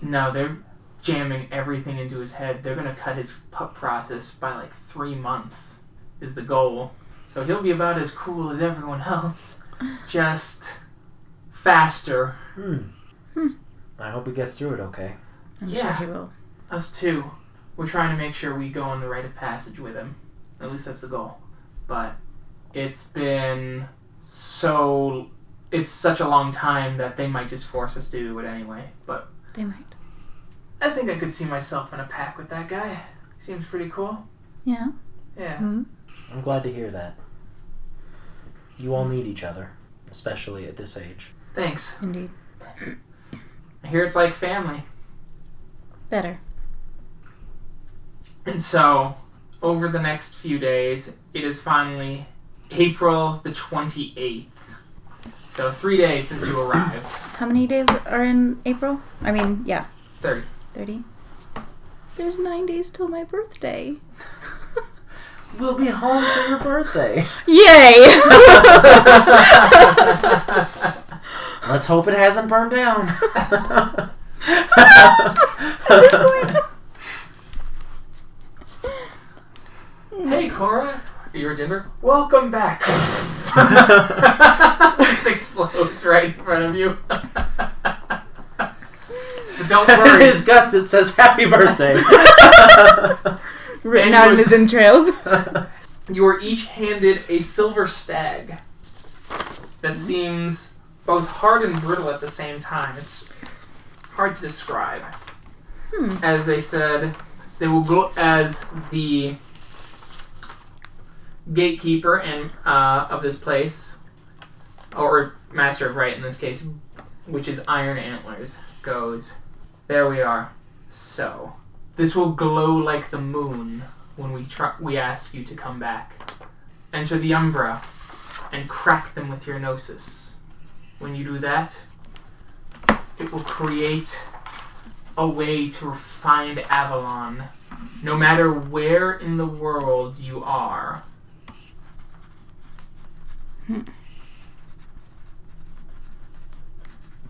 Speaker 1: "No, they're jamming everything into his head. They're gonna cut his pup process by like three months is the goal. So he'll be about as cool as everyone else, just faster.
Speaker 4: Hmm. I hope he gets through it okay.
Speaker 2: I'm
Speaker 1: Yeah.
Speaker 2: sure he will.
Speaker 1: Us too. We're trying to make sure we go on the rite of passage with him. At least that's the goal. But it's been so." It's such a long time that they might just force us to do it anyway. But
Speaker 2: They might.
Speaker 1: I think I could see myself in a pack with that guy. Seems pretty cool.
Speaker 2: Yeah.
Speaker 1: Yeah.
Speaker 3: Hmm?
Speaker 4: I'm glad to hear that. You all need each other, especially at this age.
Speaker 1: Thanks.
Speaker 2: Indeed.
Speaker 1: I hear it's like family.
Speaker 2: Better.
Speaker 1: And so, over the next few days, it is finally April the 28th. So, three days since you arrived.
Speaker 2: How many days are in April? I mean, yeah,
Speaker 1: 30.
Speaker 2: 30. There's nine days till my birthday.
Speaker 4: We'll be home for your birthday.
Speaker 2: Yay!
Speaker 4: Let's hope it hasn't burned down.
Speaker 1: Hey, Cora. Are you a dimmer? Welcome back. this explodes right in front of you. but don't
Speaker 4: In
Speaker 1: worry.
Speaker 4: his guts, it says "Happy Birthday."
Speaker 2: Written out in his entrails.
Speaker 1: You are each handed a silver stag that seems both hard and brittle at the same time. It's hard to describe.
Speaker 2: Hmm.
Speaker 1: As they said, they will go as the gatekeeper and uh, of this place, or master of right in this case, which is Iron Antlers, goes. There we are. So this will glow like the moon when we try- we ask you to come back. Enter the Umbra and crack them with your gnosis. When you do that, it will create a way to find Avalon. No matter where in the world you are.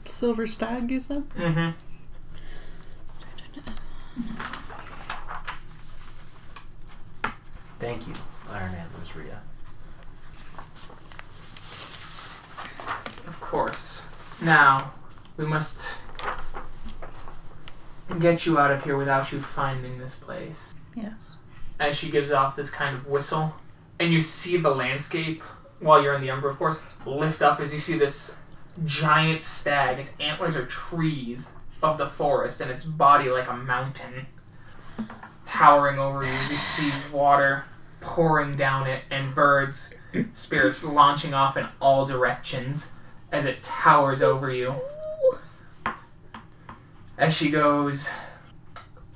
Speaker 5: Silver stag, you said?
Speaker 1: Mm-hmm.
Speaker 4: Thank you, Iron Antlers Rhea.
Speaker 1: Of course. Now, we must get you out of here without you finding this place.
Speaker 2: Yes.
Speaker 1: as she gives off this kind of whistle, and you see the landscape while you're in the umber, of course, lift up as you see this giant stag. Its antlers are trees of the forest, and its body like a mountain, towering over you as you see water pouring down it and birds, spirits launching off in all directions as it towers over you. As she goes,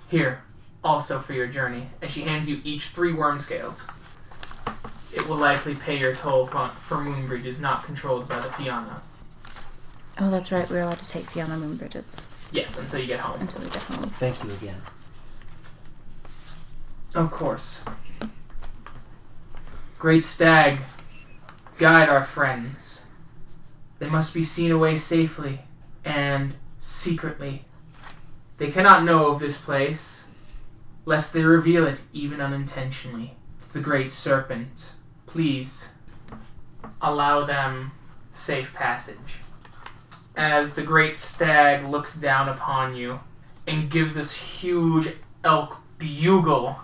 Speaker 1: here, also for your journey, as she hands you each three worm scales. It will likely pay your toll for, for moon bridges not controlled by the Fianna.
Speaker 2: Oh, that's right. We're allowed to take Fiona Moon Bridges
Speaker 1: Yes, until you get home.
Speaker 2: until we get home.
Speaker 4: Thank you again.
Speaker 1: Of course. Great stag, guide our friends. They must be seen away safely and secretly. They cannot know of this place, lest they reveal it, even unintentionally, to the great serpent. Please allow them safe passage. As the great stag looks down upon you and gives this huge elk bugle,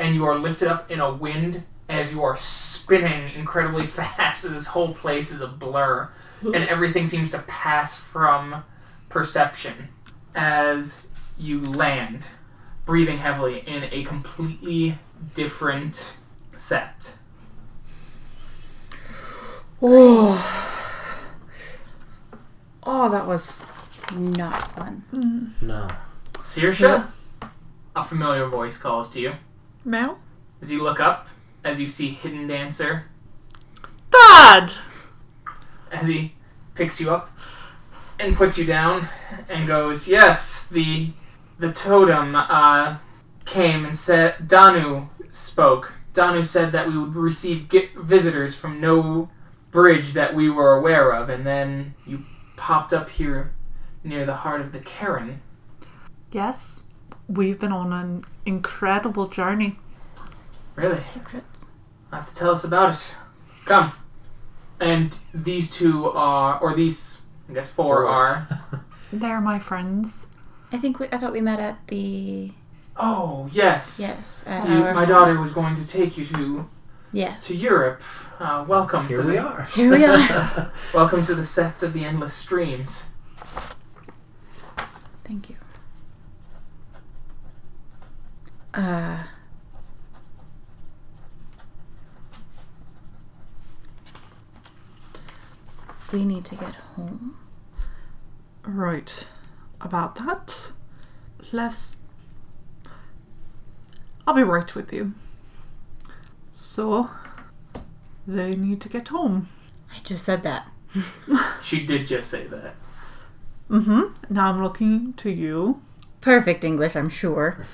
Speaker 1: and you are lifted up in a wind as you are spinning incredibly fast, as this whole place is a blur, and everything seems to pass from perception as you land, breathing heavily in a completely different set.
Speaker 5: Oh. Oh, that was.
Speaker 2: Not fun.
Speaker 4: No.
Speaker 1: Sirsha, a familiar voice calls to you.
Speaker 3: Mel?
Speaker 1: As you look up, as you see Hidden Dancer,
Speaker 5: Dad!
Speaker 1: as he picks you up and puts you down and goes, "Yes, the the totem uh, came and said Danu spoke. Danu said that we would receive gi visitors from no bridge that we were aware of, and then you popped up here near the heart of the Karen.
Speaker 3: Yes. We've been on an incredible journey.
Speaker 1: Really,
Speaker 2: Secrets.
Speaker 1: I have to tell us about it. Come." And these two are, or these, I guess, four.
Speaker 4: Four.
Speaker 1: are.
Speaker 3: They're my friends.
Speaker 2: I think we, I thought we met at the
Speaker 1: Oh yes.
Speaker 2: yes at
Speaker 1: You,
Speaker 2: our
Speaker 1: my daughter was going to take you to
Speaker 2: yes.
Speaker 1: to Europe. Uh, welcome
Speaker 4: Here
Speaker 1: to
Speaker 4: we
Speaker 1: the,
Speaker 4: are.
Speaker 2: Here we are.
Speaker 1: welcome to the sept of the endless streams.
Speaker 2: Thank you. Uh. We need to get home.
Speaker 3: Right. About that, let's. I'll be right with you. So, they need to get home.
Speaker 2: I just said that.
Speaker 1: She did just say that.
Speaker 3: Mm hmm. Now I'm looking to you.
Speaker 2: Perfect English, I'm sure.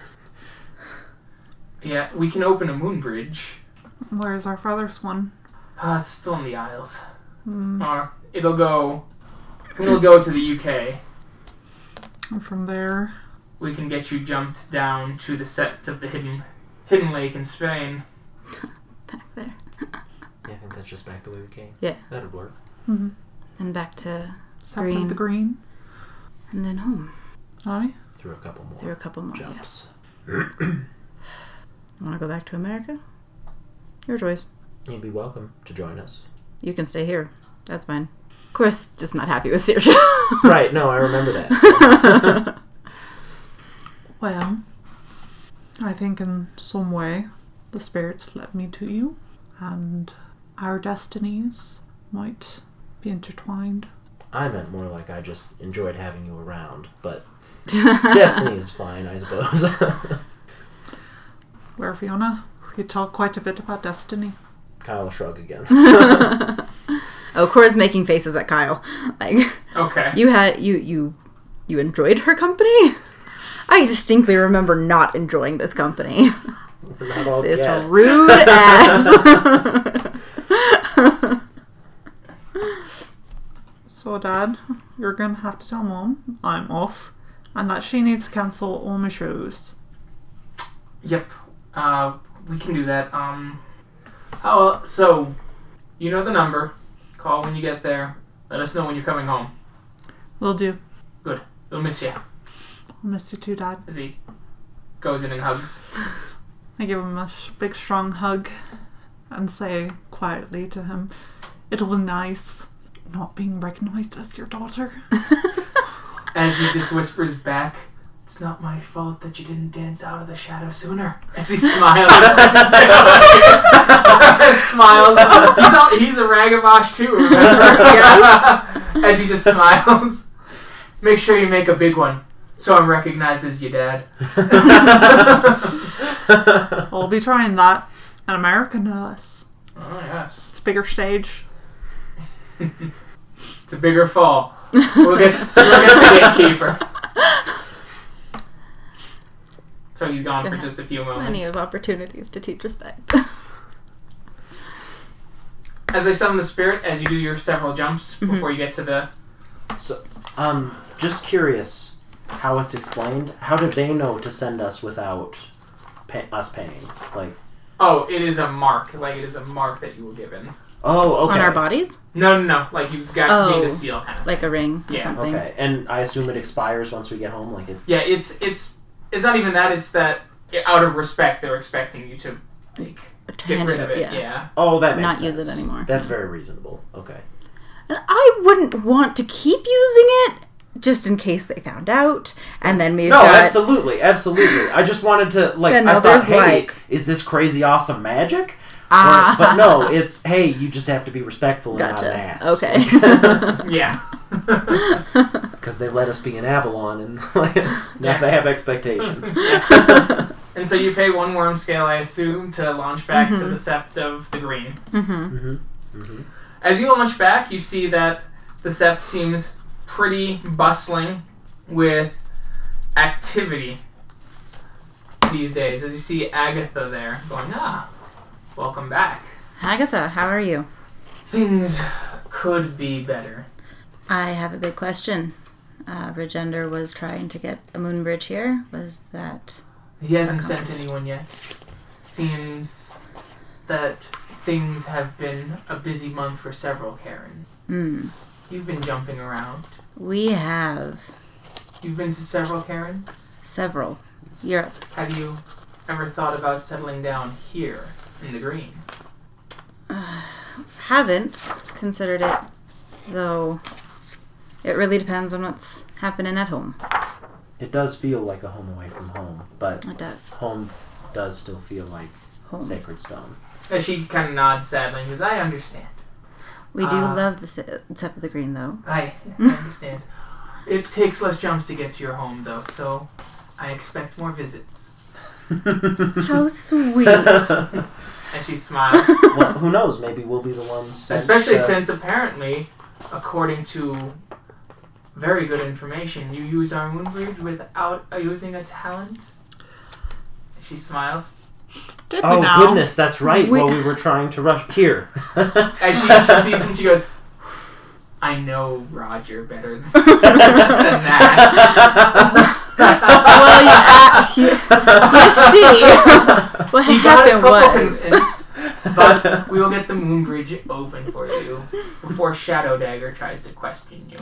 Speaker 1: Yeah, we can open a moon bridge.
Speaker 3: Where's our farthest one?
Speaker 1: Ah, it's still in the Isles. Or it'll go. It'll go to the UK.
Speaker 3: And from there,
Speaker 1: We can get you jumped down to the set of the hidden hidden lake in Spain.
Speaker 2: Back there.
Speaker 4: Yeah, I think that's just back the way we came.
Speaker 2: Yeah.
Speaker 4: That'd work.
Speaker 3: Mhm.
Speaker 2: And back to.
Speaker 3: south
Speaker 2: Green.
Speaker 3: of the green.
Speaker 2: And then home.
Speaker 3: Aye.
Speaker 4: Through a couple more
Speaker 2: Through a couple more. Yeah.
Speaker 4: jumps.
Speaker 2: Want to go back to America? Your choice.
Speaker 4: You'd be welcome to join us.
Speaker 2: You can stay here. That's fine. Of course, just not happy with Sergio.
Speaker 4: right, no, I remember that.
Speaker 3: Well, I think in some way the spirits led me to you, and our destinies might be intertwined.
Speaker 4: I meant more like I just enjoyed having you around, but Destiny is fine, I suppose.
Speaker 3: Where Fiona, we talk quite a bit about destiny.
Speaker 4: Kyle shrug again.
Speaker 2: oh, Cora's making faces at Kyle. Like
Speaker 1: Okay.
Speaker 2: you had you you you enjoyed her company. I distinctly remember not enjoying this company.
Speaker 4: We're Not all
Speaker 2: This
Speaker 4: yet.
Speaker 2: rude ass.
Speaker 3: So, Dad, you're gonna have to tell Mom I'm off, and that she needs to cancel all my shows.
Speaker 1: Yep. Uh, we can do that. Um. How so? You know the number. Call when you get there. Let us know when you're coming home.
Speaker 3: Will do.
Speaker 1: We'll miss you.
Speaker 3: I'll miss you too, Dad.
Speaker 1: As he goes in and hugs.
Speaker 3: I give him a sh- big, strong hug, and say quietly to him, "It'll be nice not being recognized as your daughter."
Speaker 1: As he just whispers back, "It's not my fault that you didn't dance out of the shadow sooner." As he smiles, smiles. He's, all, he's a ragabosh too. Remember? As he just smiles. Make sure you make a big one, so I'm recognized as your dad. Oh,
Speaker 3: I'll be trying that in America, no less.
Speaker 1: Oh yes.
Speaker 3: It's a bigger stage.
Speaker 1: It's a bigger fall. We'll get, we'll get the gatekeeper. So he's gone for just a few
Speaker 2: Plenty
Speaker 1: moments.
Speaker 2: of opportunities to teach respect.
Speaker 1: As they summon the spirit, as you do your several jumps
Speaker 2: Mm-hmm.
Speaker 1: before you get to the.
Speaker 4: Um, just curious how it's explained. How did they know to send us without pay- us paying? Like,
Speaker 1: Oh, it is a mark. Like it is a mark that you were given.
Speaker 4: oh, okay.
Speaker 2: On our bodies,
Speaker 1: No, no, no. Like you've got
Speaker 2: Oh.
Speaker 1: gained a seal kind of.
Speaker 2: like a ring or
Speaker 1: Yeah,
Speaker 2: something.
Speaker 4: Okay, and I assume it expires once we get home. Like, it,
Speaker 1: Yeah, it's it's it's not even that. It's that out of respect they're expecting you to like
Speaker 2: To
Speaker 1: get
Speaker 2: hand
Speaker 1: rid
Speaker 2: it
Speaker 1: of
Speaker 2: up,
Speaker 1: it.
Speaker 2: yeah.
Speaker 1: yeah.
Speaker 4: oh, that makes
Speaker 2: Not
Speaker 4: sense.
Speaker 2: use it anymore.
Speaker 4: That's very reasonable. Okay,
Speaker 2: And I wouldn't want to keep using it just in case they found out. And then we've
Speaker 4: no,
Speaker 2: got
Speaker 4: absolutely, absolutely. I just wanted to like.
Speaker 2: Then
Speaker 4: I
Speaker 2: others
Speaker 4: thought, hey,
Speaker 2: like-
Speaker 4: is this crazy awesome magic?
Speaker 2: Ah.
Speaker 4: Or- but no, it's hey, you just have to be respectful and not an
Speaker 2: gotcha.
Speaker 4: ass.
Speaker 2: Okay.
Speaker 1: Yeah.
Speaker 4: because they let us be in Avalon, and like, now they have expectations.
Speaker 1: and so you pay one worm scale, I assume, to launch back
Speaker 2: Mm-hmm.
Speaker 1: to the sept of the green.
Speaker 2: hmm
Speaker 4: hmm hmm
Speaker 1: As you launch back, you see that the sept seems pretty bustling with activity these days. As you see Agatha there going, ah, welcome back.
Speaker 2: Agatha, how are you?
Speaker 1: Things could be better.
Speaker 2: I have a big question. Uh, Regender was trying to get a moon bridge here. Was that
Speaker 1: He hasn't sent anyone yet. Seems that things have been a busy month for several Karen.
Speaker 2: Hmm.
Speaker 1: You've been jumping around.
Speaker 2: We have
Speaker 1: You've been to several Karens.
Speaker 2: several. Europe.
Speaker 1: Have you ever thought about settling down here in the green?
Speaker 2: Haven't considered it, though. It really depends on what's happening at home.
Speaker 4: It does feel like a home away from home, but
Speaker 2: It does.
Speaker 4: home does still feel like
Speaker 2: Home.
Speaker 4: sacred stone.
Speaker 1: And she kind of nods sadly and goes, I understand.
Speaker 2: We do
Speaker 4: uh,
Speaker 1: Ah.
Speaker 2: love the se- step of the green, though.
Speaker 1: I, I understand. It takes less jumps to get to your home, though, so I expect more visits.
Speaker 2: How sweet.
Speaker 4: well,
Speaker 1: And she smiles.
Speaker 4: who knows? Maybe we'll be the ones. sent,
Speaker 1: Especially
Speaker 4: uh,
Speaker 1: since apparently, according to very good information, you used our moonbreed without uh, using a talent. She smiles.
Speaker 3: Did
Speaker 4: Oh
Speaker 3: we now?
Speaker 4: goodness, that's right.
Speaker 2: We-
Speaker 4: Well, we were trying to rush here.
Speaker 1: And she, she sees and she goes, I know Roger better than that.
Speaker 2: well, you, uh, you, you see what
Speaker 1: He got a
Speaker 2: happened
Speaker 1: couple
Speaker 2: was.
Speaker 1: convinced, but we will get the moon bridge open for you before Shadow Dagger tries to question you.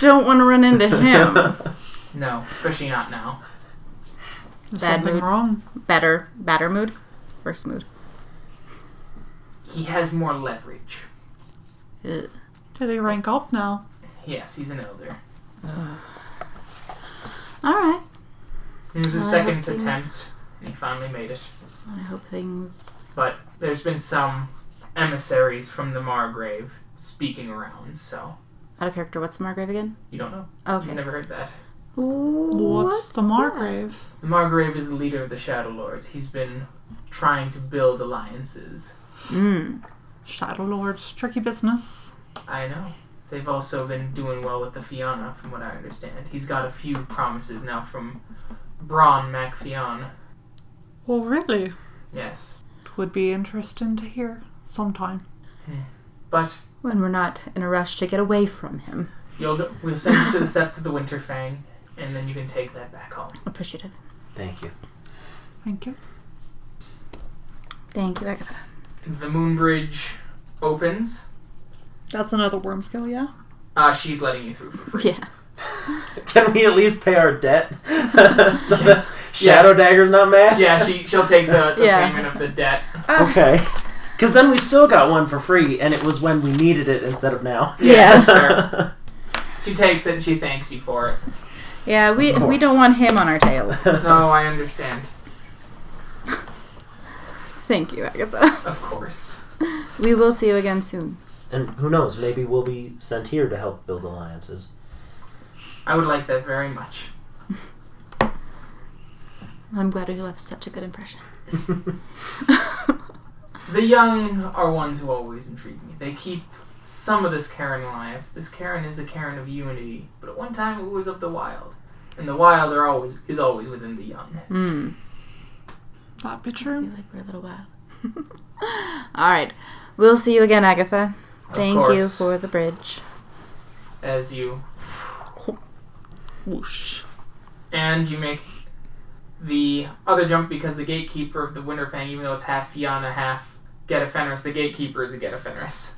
Speaker 2: Don't want to run into him.
Speaker 1: No, especially not now.
Speaker 3: There's
Speaker 2: Bad
Speaker 3: something
Speaker 2: mood.
Speaker 3: wrong.
Speaker 2: Better, better mood, worse mood.
Speaker 1: He has more leverage.
Speaker 2: Ugh.
Speaker 3: Did he rank up now?
Speaker 1: Yes, he's an elder.
Speaker 2: All right.
Speaker 1: It was his
Speaker 2: I
Speaker 1: second
Speaker 2: hope things-
Speaker 1: attempt, and he finally made it.
Speaker 2: I hope things.
Speaker 1: But there's been some emissaries from the Margrave speaking around, so
Speaker 2: Out of character. What's the Margrave again?
Speaker 1: you don't know.
Speaker 2: Okay.
Speaker 1: You've never heard that.
Speaker 3: What's, the
Speaker 2: that?
Speaker 3: Margrave?
Speaker 1: The Margrave is the leader of the Shadow Lords. He's been trying to build alliances.
Speaker 2: Mm.
Speaker 3: Shadow Lord's tricky business.
Speaker 1: I know. They've also been doing well with the Fianna, from what I understand. He's got a few promises now from Braun MacFionn.
Speaker 3: Well, really,
Speaker 1: Yes.
Speaker 3: it would be interesting to hear sometime.
Speaker 1: But
Speaker 2: When we're not in a rush to get away from him.
Speaker 1: you'll, we'll send you to the Sept of the Winterfang, and then you can take that back home.
Speaker 2: Appreciative.
Speaker 4: Thank you.
Speaker 3: Thank you.
Speaker 2: Thank you, Agatha.
Speaker 1: The Moonbridge opens.
Speaker 3: That's another worm skill, yeah.
Speaker 1: Uh, she's letting you through for free.
Speaker 2: Yeah.
Speaker 4: Can we at least pay our debt? so that Shadow Dagger's not mad?
Speaker 1: Yeah, she she'll take the, the
Speaker 2: Yeah.
Speaker 1: payment of the debt.
Speaker 2: Ah.
Speaker 4: Okay. Because then we still got one for free, and it was when we needed it instead of now.
Speaker 2: Yeah.
Speaker 1: that's fair. She takes it and she thanks you for it.
Speaker 2: Yeah, we,
Speaker 4: Of
Speaker 2: we don't
Speaker 4: course.
Speaker 2: want him on our tails.
Speaker 1: No, I understand.
Speaker 2: Thank you, Agatha.
Speaker 1: Of course.
Speaker 2: We will see you again soon.
Speaker 4: and who knows? Maybe we'll be sent here to help build alliances.
Speaker 1: I would like that very much.
Speaker 2: I'm glad we left such a good impression.
Speaker 1: The young are ones who always intrigue me. They keep some of this Karen alive. This Karen is a Karen of unity, but at one time it was of the wild. And the wild are always is always within the young.
Speaker 2: Hmm.
Speaker 3: That
Speaker 2: I
Speaker 3: picture.
Speaker 2: feel like we're a little wild. All right. We'll see you again, Agatha.
Speaker 1: Of
Speaker 2: Thank
Speaker 1: course,
Speaker 2: you for the bridge.
Speaker 1: as you
Speaker 5: Whoosh.
Speaker 1: and you make the other jump because the gatekeeper of the Winterfang, even though it's half Fianna, half Get Fenris, the gatekeeper is a Get Fenris.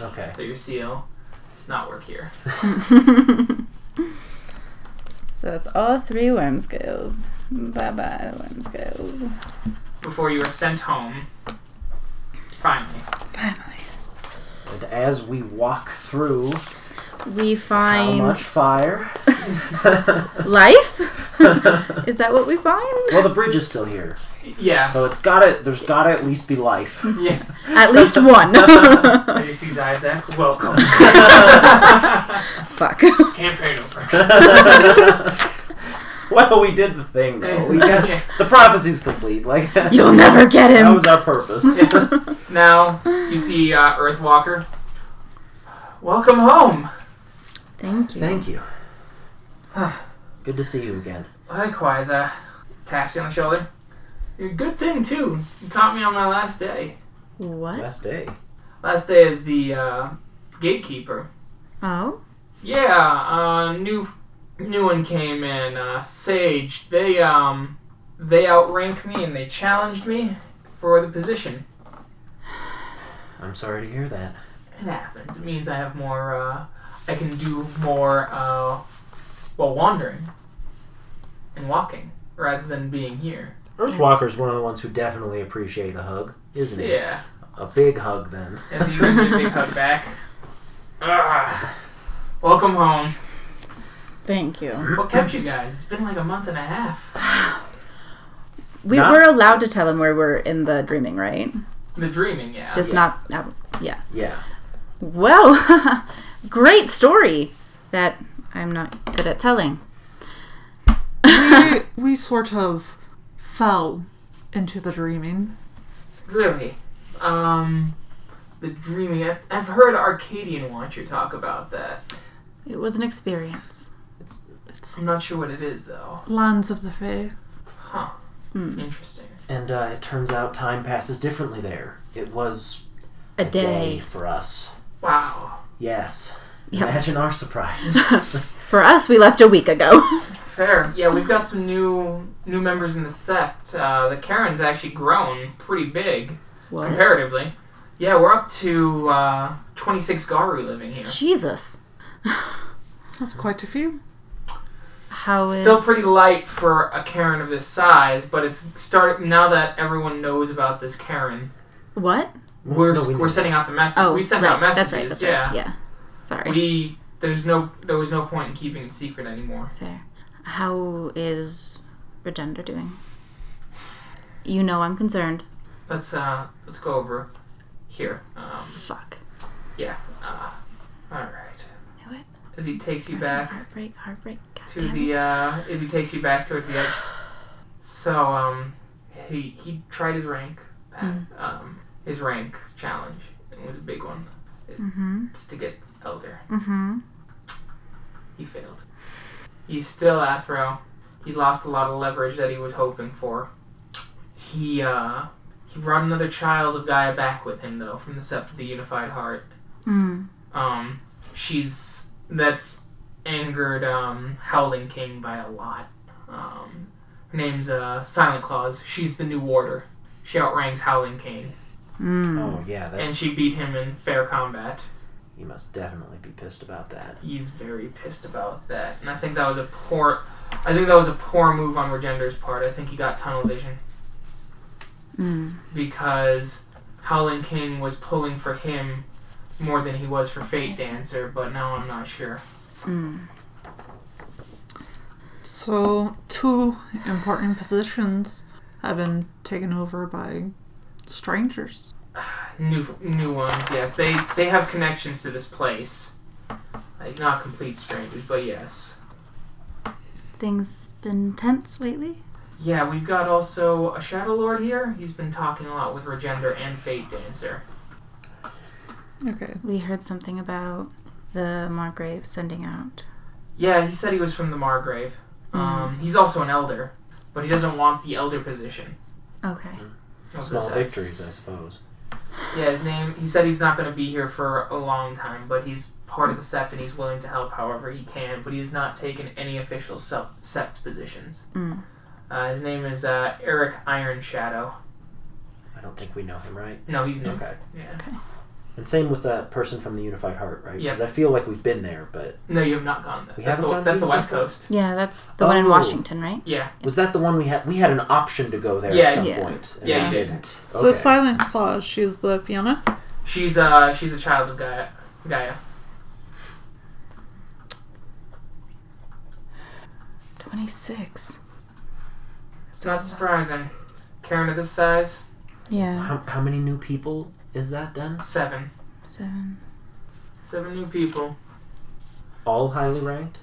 Speaker 4: Okay.
Speaker 1: So your seal does not work here.
Speaker 2: so that's all three worm scales. Bye bye, worm scales.
Speaker 1: Before you are sent home, finally.
Speaker 2: Finally.
Speaker 4: And as we walk through,
Speaker 2: We
Speaker 4: how
Speaker 2: find
Speaker 4: much fire?
Speaker 2: life? Is that what we find?
Speaker 4: Well, the bridge is still here,
Speaker 1: Yeah.
Speaker 4: so it's gotta. There's gotta at least be life.
Speaker 1: Yeah.
Speaker 2: At least one.
Speaker 1: As you sees Isaac, welcome.
Speaker 2: Fuck.
Speaker 1: Can't pay no price.
Speaker 4: Well, we did the thing though. We got,
Speaker 1: Yeah.
Speaker 4: the prophecy's complete. Like
Speaker 2: You'll never get
Speaker 4: that
Speaker 2: him.
Speaker 4: was our purpose.
Speaker 1: Now you see uh, Earthwalker. Welcome home.
Speaker 2: Thank you.
Speaker 4: Thank you. Good to see you again.
Speaker 1: Likewise, uh, taps you on the shoulder. Good thing too. You caught me on my last day.
Speaker 2: What?
Speaker 4: Last day.
Speaker 1: Last day is the uh, gatekeeper.
Speaker 2: Oh?
Speaker 1: Yeah, uh, new new one came in. Uh, Sage. They um they outrank me and they challenged me for the position.
Speaker 4: I'm sorry to hear that.
Speaker 1: It happens. It means I have more. Uh, I can do more uh, while wandering and walking rather than being here.
Speaker 4: Earthwalker's one of the ones who definitely appreciate a hug, isn't he?
Speaker 1: Yeah.
Speaker 4: A big hug then.
Speaker 1: As he gives me a big hug back. Ugh. Welcome home.
Speaker 2: Thank you.
Speaker 1: What kept you guys? It's been like a month and a half.
Speaker 2: We
Speaker 4: Not-
Speaker 2: were allowed to tell him where we're in the dreaming, right?
Speaker 1: The dreaming, yeah.
Speaker 2: Just
Speaker 4: Yeah.
Speaker 2: not. out- yeah.
Speaker 4: Yeah.
Speaker 2: Well, great story that I'm not good at telling.
Speaker 3: we, we sort of fell into the dreaming.
Speaker 1: Really? Um, the dreaming. I, I've heard Arcadian Watcher talk about that.
Speaker 2: It was an experience.
Speaker 3: It's
Speaker 1: I'm not sure what it is, though.
Speaker 3: lands of the fae.
Speaker 1: Huh.
Speaker 2: Hmm.
Speaker 1: Interesting.
Speaker 4: And uh, it turns out time passes differently there. It was
Speaker 2: A
Speaker 4: a day
Speaker 2: day.
Speaker 4: for us.
Speaker 1: Wow.
Speaker 4: Yes.
Speaker 2: Yep.
Speaker 4: Imagine our surprise.
Speaker 2: For us, we left a week ago.
Speaker 1: Fair. Yeah, we've got some new new members in the sect. Uh, the Karen's actually grown pretty big
Speaker 2: what?
Speaker 1: comparatively. Yeah, we're up to uh, 26 Garu living here.
Speaker 2: Jesus.
Speaker 3: That's quite a few.
Speaker 2: How is
Speaker 1: Still pretty light for a Karen of this size, but it's start now that everyone knows about this Karen.
Speaker 2: What?
Speaker 1: We're
Speaker 4: No, we
Speaker 1: we're
Speaker 4: need-
Speaker 1: sending out the message.
Speaker 2: Oh,
Speaker 1: we sent
Speaker 2: right.
Speaker 1: out messages.
Speaker 2: That's right. That's
Speaker 1: yeah.
Speaker 2: right. Yeah. Sorry.
Speaker 1: We there's no there was no point in keeping it secret anymore.
Speaker 2: Fair. How is Regenda doing? You know I'm concerned.
Speaker 1: Let's uh let's go over here. Um,
Speaker 2: Fuck.
Speaker 1: uh, all right.
Speaker 2: Knew it.
Speaker 1: As he takes you
Speaker 2: Fucking
Speaker 1: back
Speaker 2: Heartbreak, heartbreak. God
Speaker 1: to
Speaker 2: damn it.
Speaker 1: the uh as he takes you back towards the edge. So um he he tried his rank back, um his rank challenge. It was a big one.
Speaker 2: Mhm.
Speaker 1: It's to get elder.
Speaker 2: Mhm.
Speaker 1: He failed. He's still Athro. He lost a lot of leverage that he was hoping for. He uh he brought another child of Gaia back with him though from the Sept of the Unified Heart.
Speaker 2: Mm.
Speaker 1: Um, she's that's angered um, Howling King by a lot. Um, her name's uh, Silent Claws. She's the new warder. She outranks Howling King,
Speaker 2: mm,
Speaker 4: Oh, yeah. That's,
Speaker 1: and she beat him in fair combat.
Speaker 4: you must definitely be pissed about that.
Speaker 1: He's very pissed about that, and I think that was a poor. I think that was a poor move on Regender's part. I think he got tunnel vision
Speaker 2: Mm.
Speaker 1: because Howling King was pulling for him more than he was for Fate Dancer, but now I'm not sure.
Speaker 2: Mm.
Speaker 3: So, two important positions have been taken over by strangers.
Speaker 1: new new ones. Yes, they they have connections to this place, like not complete strangers, but yes.
Speaker 2: Things been tense lately.
Speaker 1: Yeah, we've got also a Shadow Lord here. He's been talking a lot with Regender and Fate Dancer.
Speaker 3: Okay.
Speaker 2: We heard something about the Margrave sending out.
Speaker 1: Yeah, he said he was from the Margrave. Um, he's also an elder, but he doesn't want the elder position.
Speaker 2: Okay.
Speaker 1: of
Speaker 4: Small
Speaker 1: the sect.
Speaker 4: victories, I suppose.
Speaker 1: Yeah, his name. He said he's not going to be here for a long time, but he's part of the Sept and he's willing to help however he can. But he's not taken any official se- Sept positions.
Speaker 2: Mm.
Speaker 1: Uh, his name is uh, Eric Iron Shadow.
Speaker 4: I don't think we know him, right?
Speaker 1: No, he's new.
Speaker 4: Okay.
Speaker 1: Yeah.
Speaker 4: And same with that person from the Unified Heart, right?
Speaker 1: Yeah.
Speaker 4: Because I feel like we've been there, but
Speaker 1: No, you have not gone. There.
Speaker 4: We
Speaker 1: That's,
Speaker 4: haven't
Speaker 1: the,
Speaker 4: gone to
Speaker 1: that's the
Speaker 4: the
Speaker 1: West
Speaker 4: West
Speaker 1: Coast.
Speaker 2: Yeah, that's the one in
Speaker 4: Oh.
Speaker 2: Washington, right?
Speaker 1: Yeah.
Speaker 4: was that the one we had? We had an option to go there
Speaker 1: Yeah,
Speaker 4: at some
Speaker 2: yeah.
Speaker 4: point, and
Speaker 1: Yeah,
Speaker 4: we
Speaker 1: you did.
Speaker 4: didn't.
Speaker 3: So,
Speaker 4: Okay.
Speaker 3: Silent Claus, she's the Fiona.
Speaker 1: She's uh she's a child of Gaia. Gaia.
Speaker 2: Twenty six.
Speaker 1: It's not surprising. Karen of this size, Uh-huh.
Speaker 2: Yeah.
Speaker 4: How, how many new people is that then?
Speaker 1: seven,
Speaker 2: Seven.
Speaker 1: seven new people.
Speaker 4: All highly ranked.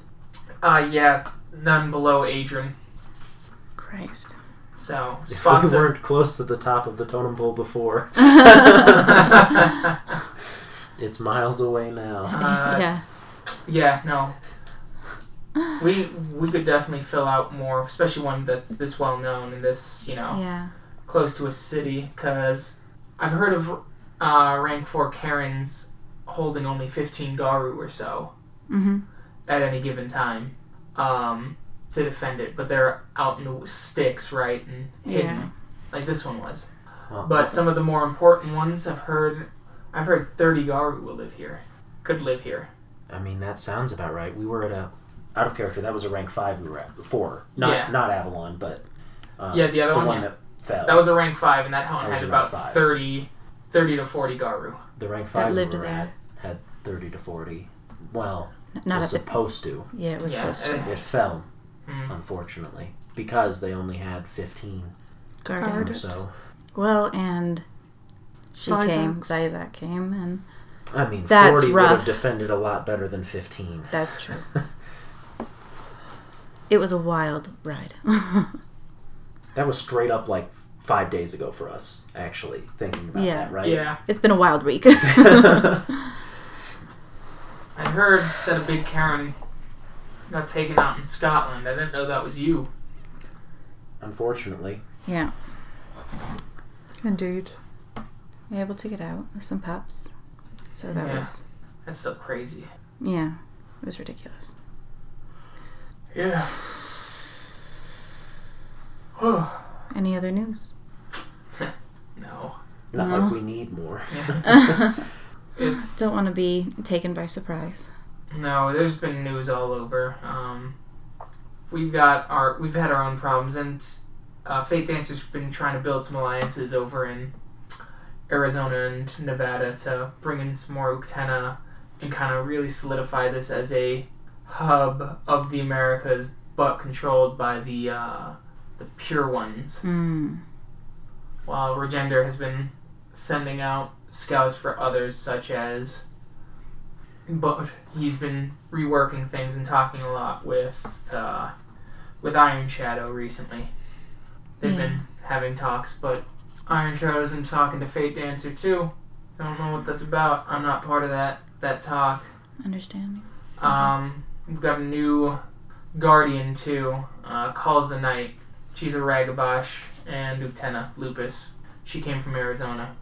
Speaker 1: Uh yeah, none below Adrian.
Speaker 2: Christ.
Speaker 1: So
Speaker 4: If we
Speaker 1: sponsor.
Speaker 4: weren't close to the top of the totem pole before,
Speaker 1: uh,
Speaker 4: it's miles away now.
Speaker 2: yeah.
Speaker 1: yeah, no. We we could definitely fill out more, especially one that's this well known and this you know
Speaker 2: Yeah.
Speaker 1: close to a city because I've heard of uh, rank 4 Karens holding only 15 Garu or so
Speaker 2: Mm-hmm.
Speaker 1: at any given time um, to defend it, but they're out in the sticks, right? And hidden,
Speaker 2: Yeah.
Speaker 1: like this one was.
Speaker 4: Well,
Speaker 1: But some of the more important ones I've heard, I've heard 30 Garu will live here, could live here.
Speaker 4: I mean, that sounds about right. We were at a out of character. That was a rank five. We were at four. Not
Speaker 1: Yeah.
Speaker 4: not Avalon, but um,
Speaker 1: Yeah, the other
Speaker 4: the
Speaker 1: one,
Speaker 4: one
Speaker 1: yeah.
Speaker 4: that fell.
Speaker 1: That was a rank 5, and that one
Speaker 4: That was
Speaker 1: had
Speaker 4: a
Speaker 1: about
Speaker 4: rank five.
Speaker 1: 30, 30 to 40 Garu.
Speaker 4: the rank five we
Speaker 2: lived
Speaker 4: were
Speaker 2: there.
Speaker 4: at had thirty to forty. Well,
Speaker 2: Not
Speaker 4: was
Speaker 2: at the.
Speaker 4: supposed to.
Speaker 2: Yeah, it was
Speaker 1: Yeah,
Speaker 2: supposed to.
Speaker 1: uh,
Speaker 4: It fell,
Speaker 1: Mm.
Speaker 4: unfortunately, because they only had fifteen
Speaker 2: Garden.
Speaker 3: Guard.
Speaker 4: or
Speaker 3: Heard it.
Speaker 4: Oh, so.
Speaker 2: Well, and she came.
Speaker 3: Zizak's.
Speaker 2: Zizak came, and
Speaker 4: I mean,
Speaker 2: That's
Speaker 4: forty would
Speaker 2: rough.
Speaker 4: have defended a lot better than fifteen.
Speaker 2: that's true. It was a wild ride.
Speaker 4: That was straight up like five days ago for us, actually, thinking about
Speaker 2: Yeah.
Speaker 4: that, right?
Speaker 1: Yeah.
Speaker 2: it's been a wild week.
Speaker 1: I heard that a big Karen got taken out in Scotland. I didn't know that was you.
Speaker 4: Unfortunately.
Speaker 2: yeah.
Speaker 3: Indeed.
Speaker 2: We were able to get out with some pups. So that
Speaker 1: Yeah.
Speaker 2: was
Speaker 1: That's so crazy.
Speaker 2: yeah. It was ridiculous.
Speaker 1: Yeah.
Speaker 2: Any other news?
Speaker 1: no.
Speaker 4: Not
Speaker 2: No.
Speaker 4: like we need more.
Speaker 1: It's
Speaker 2: Don't want to be taken by surprise.
Speaker 1: no. There's been news all over. Um, we've got our we've had our own problems, and uh, Fate Dancers have been trying to build some alliances over in Arizona and Nevada to bring in some more Uktena and kind of really solidify this as a hub of the Americas, but controlled by the uh, the pure ones.
Speaker 2: Mm.
Speaker 1: while Regender has been sending out scouts for others, such as. But he's been reworking things and talking a lot with uh, with Iron Shadow recently. They've been having talks, but Iron Shadow's been talking to Fate Dancer too. I don't know what that's about. I'm not part of that that talk.
Speaker 2: Understand.
Speaker 1: Um, we've got a new guardian too. Uh, calls the night. She's a Ragabash and Utena Lupus. She came from Arizona.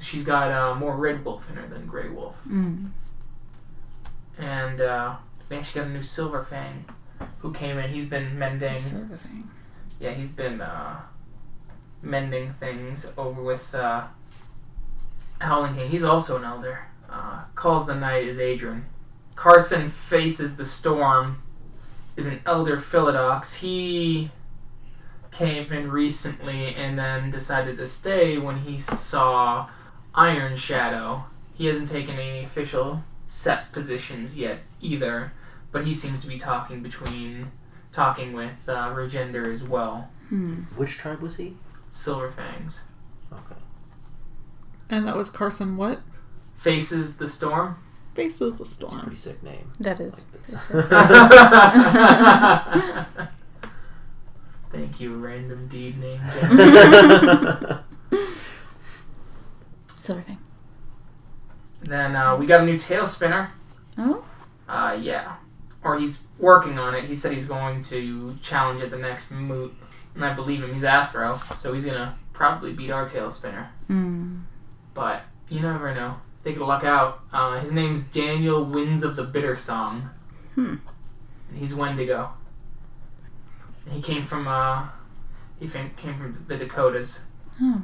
Speaker 1: She's got uh, more red wolf in her than gray wolf,
Speaker 2: Mm.
Speaker 1: and uh, we actually got a new Silver Fang who came in. He's been mending.
Speaker 2: Silver thing.
Speaker 1: Yeah, he's been uh, mending things over with uh, Howling King. He's also an elder. Uh, calls the night is Adrian. Carson faces the storm. Is an elder Philodox. He came in recently and then decided to stay when he saw Iron Shadow. He hasn't taken any official set positions yet either, but he seems to be talking between talking with uh, Regender as well.
Speaker 2: Hmm.
Speaker 4: Which tribe was he?
Speaker 1: Silver Fangs
Speaker 4: Okay.
Speaker 3: And that was Carson what?
Speaker 1: faces the storm.
Speaker 3: Faces the
Speaker 4: It's a
Speaker 3: storm.
Speaker 4: pretty sick name.
Speaker 2: That is.
Speaker 1: Thank you, random deed name. Jack.
Speaker 2: Silver thing.
Speaker 1: then uh, we got a new tail spinner.
Speaker 2: Oh?
Speaker 1: Uh, yeah, or he's working on it. He said he's going to challenge at the next moot, and I believe him. He's Athro, so he's gonna probably beat our tail spinner.
Speaker 2: Mm.
Speaker 1: But you never know. They could luck out. Uh, his name's Daniel Winds of the Bitter Song.
Speaker 2: Hmm.
Speaker 1: And he's Wendigo. And he came from uh, he fa- came from the Dakotas.
Speaker 2: Oh.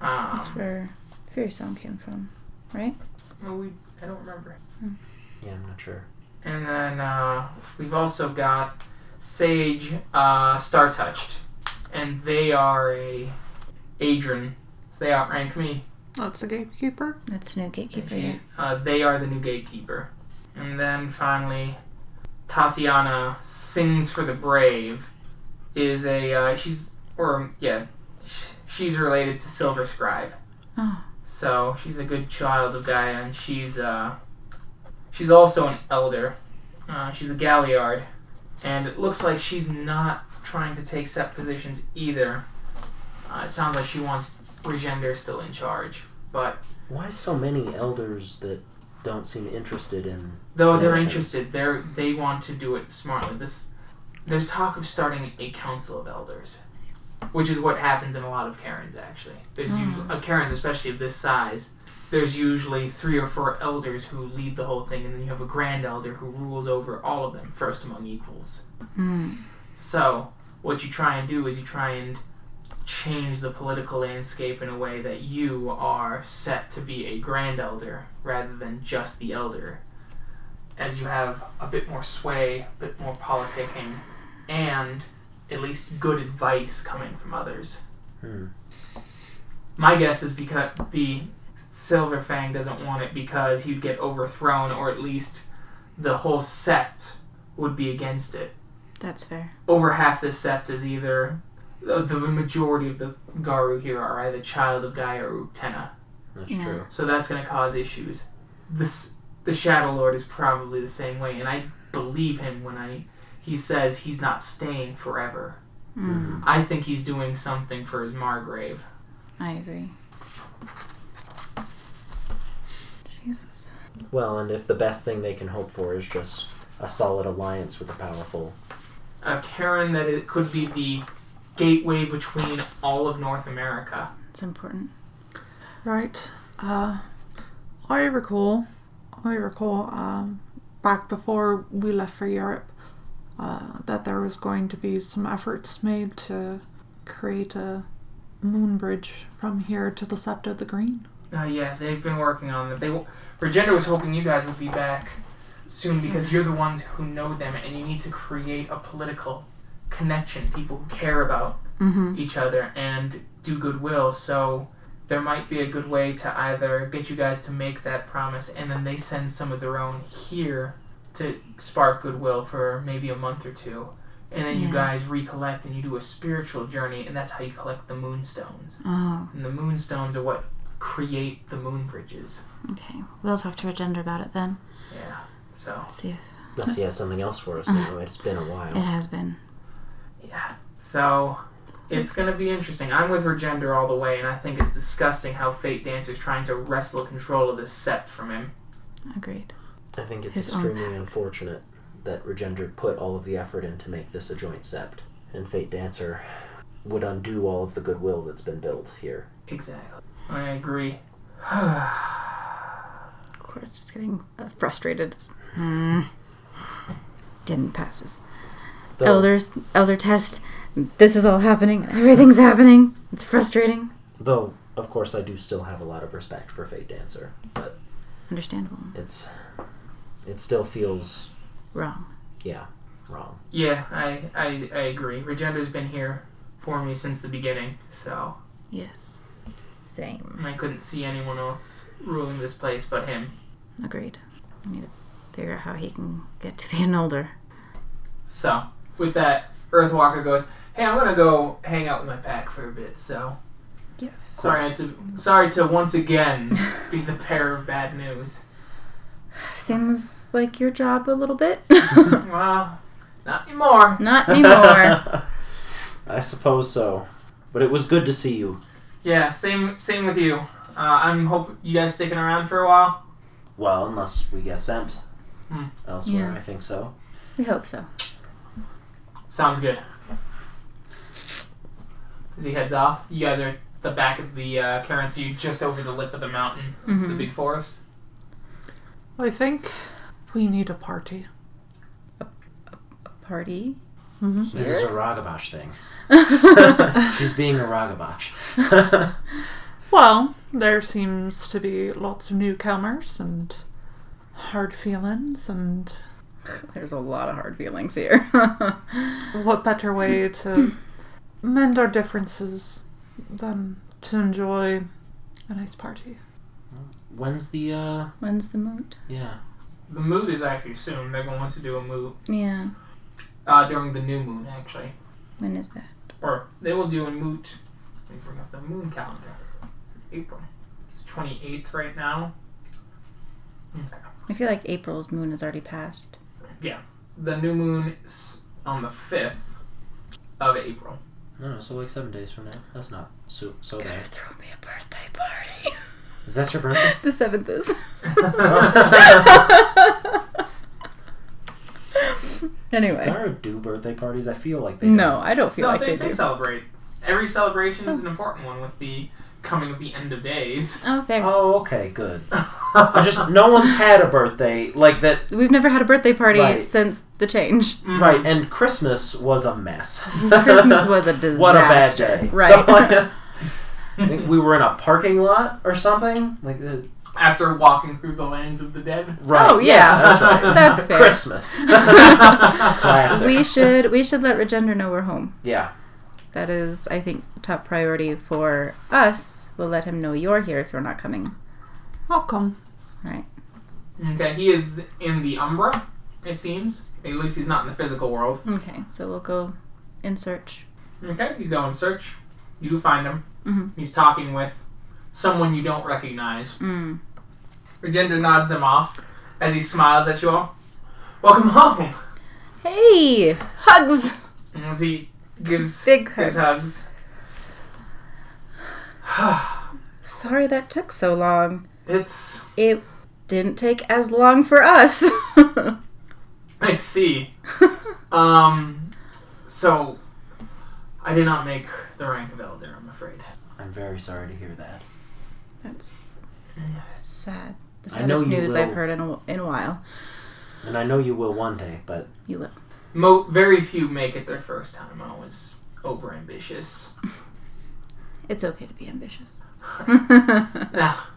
Speaker 2: That's
Speaker 1: Um,
Speaker 2: where Fear Song came from.
Speaker 1: well, we, I don't remember.
Speaker 4: Yeah, I'm not sure.
Speaker 1: And then uh, we've also got Sage uh, Star Touched, and they are a Adrian, so they outrank me.
Speaker 3: That's the gatekeeper.
Speaker 2: That's new gatekeeper.
Speaker 1: And
Speaker 2: Yeah.
Speaker 1: she- uh, they are the new gatekeeper. And then finally, Tatiana sings for the brave. Is a uh, she's or yeah, sh- she's related to Silver Scribe.
Speaker 2: Oh.
Speaker 1: So she's a good child of Gaia, and she's uh, she's also an elder. Uh, she's a Galliard, and it looks like she's not trying to take set positions either. Uh, it sounds like she wants Regender still in charge, but
Speaker 4: Why so many elders that don't seem interested in
Speaker 1: Though they're
Speaker 4: Positions.
Speaker 1: interested, they're they want to do it smartly. This there's talk of starting a council of elders, which is what happens in a lot of Karens actually. There's usually uh, Karens, especially of this size. There's usually three or four elders who lead the whole thing, and then you have a grand elder who rules over all of them, first among equals.
Speaker 2: Hmm.
Speaker 1: So what you try and do is you try and change the political landscape in a way that you are set to be a grand elder rather than just the elder as you have a bit more sway, a bit more politicking, and at least good advice coming from others.
Speaker 4: Hmm.
Speaker 1: My guess is because the Silver Fang doesn't want it because he'd get overthrown, or at least the whole sect would be against it.
Speaker 2: That's fair.
Speaker 1: Over half the sect is either the, the majority of the Garu here are either child of Gaia or Utena.
Speaker 4: That's
Speaker 2: Yeah.
Speaker 4: true.
Speaker 1: So that's going to cause issues. This the Shadow Lord is probably the same way, and I believe him when I he he says he's not staying forever.
Speaker 2: Mm,
Speaker 1: I think he's doing something for his Margrave.
Speaker 2: I agree. Jesus.
Speaker 4: Well, and if the best thing they can hope for is just a solid alliance with a powerful.
Speaker 1: A Karen that it could be the gateway between all of North America.
Speaker 2: It's important.
Speaker 3: Right. Uh, I recall, I recall, um, back before we left for Europe, uh, that there was going to be some efforts made to create a moon bridge from here to the Sept of the Green.
Speaker 1: Uh, yeah, they've been working on it. They w- Regenda was hoping you guys would be back soon because you're the ones who know them, and you need to create a political connection. People who care about
Speaker 2: Mm-hmm.
Speaker 1: each other and do goodwill. So there might be a good way to either get you guys to make that promise and then they send some of their own here to spark goodwill for maybe a month or two. And then you
Speaker 2: Yeah.
Speaker 1: guys recollect and you do a spiritual journey and that's how you collect the moonstones.
Speaker 2: Oh,
Speaker 1: And the moonstones are what create the moon bridges.
Speaker 2: okay. We'll talk to Regenda about it then.
Speaker 1: Yeah. So
Speaker 2: See if
Speaker 4: Unless he has something else for us now. It's been a
Speaker 2: Uh-huh. it
Speaker 4: while.
Speaker 2: has been.
Speaker 1: yeah. So it's gonna be interesting. I'm with Regender all the way and I think it's disgusting how Fate Dancer's trying to wrestle control of this set from him.
Speaker 2: Agreed.
Speaker 4: I think it's
Speaker 2: His own
Speaker 4: extremely unfortunate that Regender put all of the effort in to make this a joint sept, and Fate Dancer would undo all of the goodwill that's been built here.
Speaker 1: Exactly. I agree.
Speaker 2: Of course, just getting uh, frustrated. Mm. Didn't passes.
Speaker 4: Though-
Speaker 2: Elders, elder test. This is all happening. Everything's happening. It's frustrating.
Speaker 4: Though, of course, I do still have a lot of respect for Fate Dancer, but
Speaker 2: Understandable.
Speaker 4: it's it still feels
Speaker 2: Wrong.
Speaker 4: yeah wrong.
Speaker 1: Yeah, I, I, I agree. Regender's been here for me since the beginning, so
Speaker 2: Yes. Same.
Speaker 1: and I couldn't see anyone else ruling this place but him.
Speaker 2: Agreed. We need to figure out how he can get to be an older.
Speaker 1: So, with that, Earthwalker goes, Hey, I'm gonna go hang out with my pack for a bit, so
Speaker 5: Yes.
Speaker 1: sorry I had to sorry to once again be the pair of bad news.
Speaker 2: Seems like your job a little bit.
Speaker 1: Well, not anymore.
Speaker 2: Not anymore.
Speaker 4: I suppose so. But it was good to see you.
Speaker 1: Yeah, same same with you. Uh, I'm hope you guys sticking around for a while.
Speaker 4: Well, unless we get sent
Speaker 1: Hmm.
Speaker 4: elsewhere,
Speaker 2: Yeah.
Speaker 4: I think so.
Speaker 2: we hope so.
Speaker 1: Sounds good. As he heads off, you guys are at the back of the uh, currency, just over the lip of the mountain, to the
Speaker 2: Mhm.
Speaker 1: big forest.
Speaker 3: I think we need a party.
Speaker 2: Party.
Speaker 3: Mm-hmm.
Speaker 4: This is a Ragabash thing. She's being a Ragabash.
Speaker 3: Well, there seems to be lots of newcomers and hard feelings, and
Speaker 2: There's a lot of hard feelings here.
Speaker 3: what better way to mend our differences than to enjoy a nice party?
Speaker 4: When's the uh
Speaker 2: When's the moot?
Speaker 4: yeah.
Speaker 1: The moon is actually soon. They're going to do a moon
Speaker 2: Yeah.
Speaker 1: uh, during the new moon, actually,
Speaker 2: When is that?
Speaker 1: or they will do a moot. Let me bring up the moon calendar. April. It's twenty eighth right now. Okay.
Speaker 2: I feel like April's moon has already passed.
Speaker 1: The new moon is on the fifth of April.
Speaker 4: No, so like seven days from now. That's not so so bad.
Speaker 2: throw me a birthday party.
Speaker 4: Is that your birthday?
Speaker 2: the seventh is. anyway,
Speaker 4: There do birthday parties. I feel like they
Speaker 2: no, I don't feel
Speaker 1: no,
Speaker 2: like
Speaker 1: they,
Speaker 2: they,
Speaker 1: they
Speaker 2: do.
Speaker 1: celebrate. Every celebration is an important one with the coming of the end of days.
Speaker 2: Oh, fair.
Speaker 4: Oh, okay, good. I just no one's had a birthday like that,
Speaker 2: We've never had a birthday party
Speaker 4: Right.
Speaker 2: since the change.
Speaker 1: Mm.
Speaker 4: right? And Christmas was a mess.
Speaker 2: Mm-hmm. Christmas was a disaster.
Speaker 4: what a bad day,
Speaker 2: Right.
Speaker 4: So, like, I think we were in a parking lot or something like the
Speaker 1: After walking through the lands of the dead.
Speaker 4: right.
Speaker 2: Oh, yeah.
Speaker 4: that's right.
Speaker 2: That's fair.
Speaker 4: Christmas. Classic.
Speaker 2: we should we should let Regender know we're home.
Speaker 4: yeah,
Speaker 2: That is, I think, top priority for us. We'll let him know you're here if you're not coming.
Speaker 3: I'll come.
Speaker 1: Okay, he is in the Umbra, it seems. At least he's not in the physical world.
Speaker 2: Okay, so we'll go in search.
Speaker 1: Okay, you go and search. You do find him.
Speaker 2: Mhm.
Speaker 1: He's talking with someone you don't recognize.
Speaker 2: Mm.
Speaker 1: Regenda nods them off as he smiles at you all. Welcome home.
Speaker 2: Hey, hugs.
Speaker 1: And as he gives
Speaker 2: Big
Speaker 1: his
Speaker 2: hugs.
Speaker 1: hugs,
Speaker 2: Sorry that took so long.
Speaker 1: it's
Speaker 2: It didn't take as long for us.
Speaker 1: I see. um, so I did not make the rank of elder. I'm afraid.
Speaker 4: I'm very sorry to hear that.
Speaker 2: That's sad. The
Speaker 4: I know
Speaker 2: saddest
Speaker 4: you
Speaker 2: news
Speaker 4: will.
Speaker 2: I've heard in a, in a while.
Speaker 4: And I know you will one day, but
Speaker 2: You will.
Speaker 1: Mo- very few make it their first time. I was over ambitious.
Speaker 2: It's okay to be ambitious.
Speaker 1: Nah, Ah,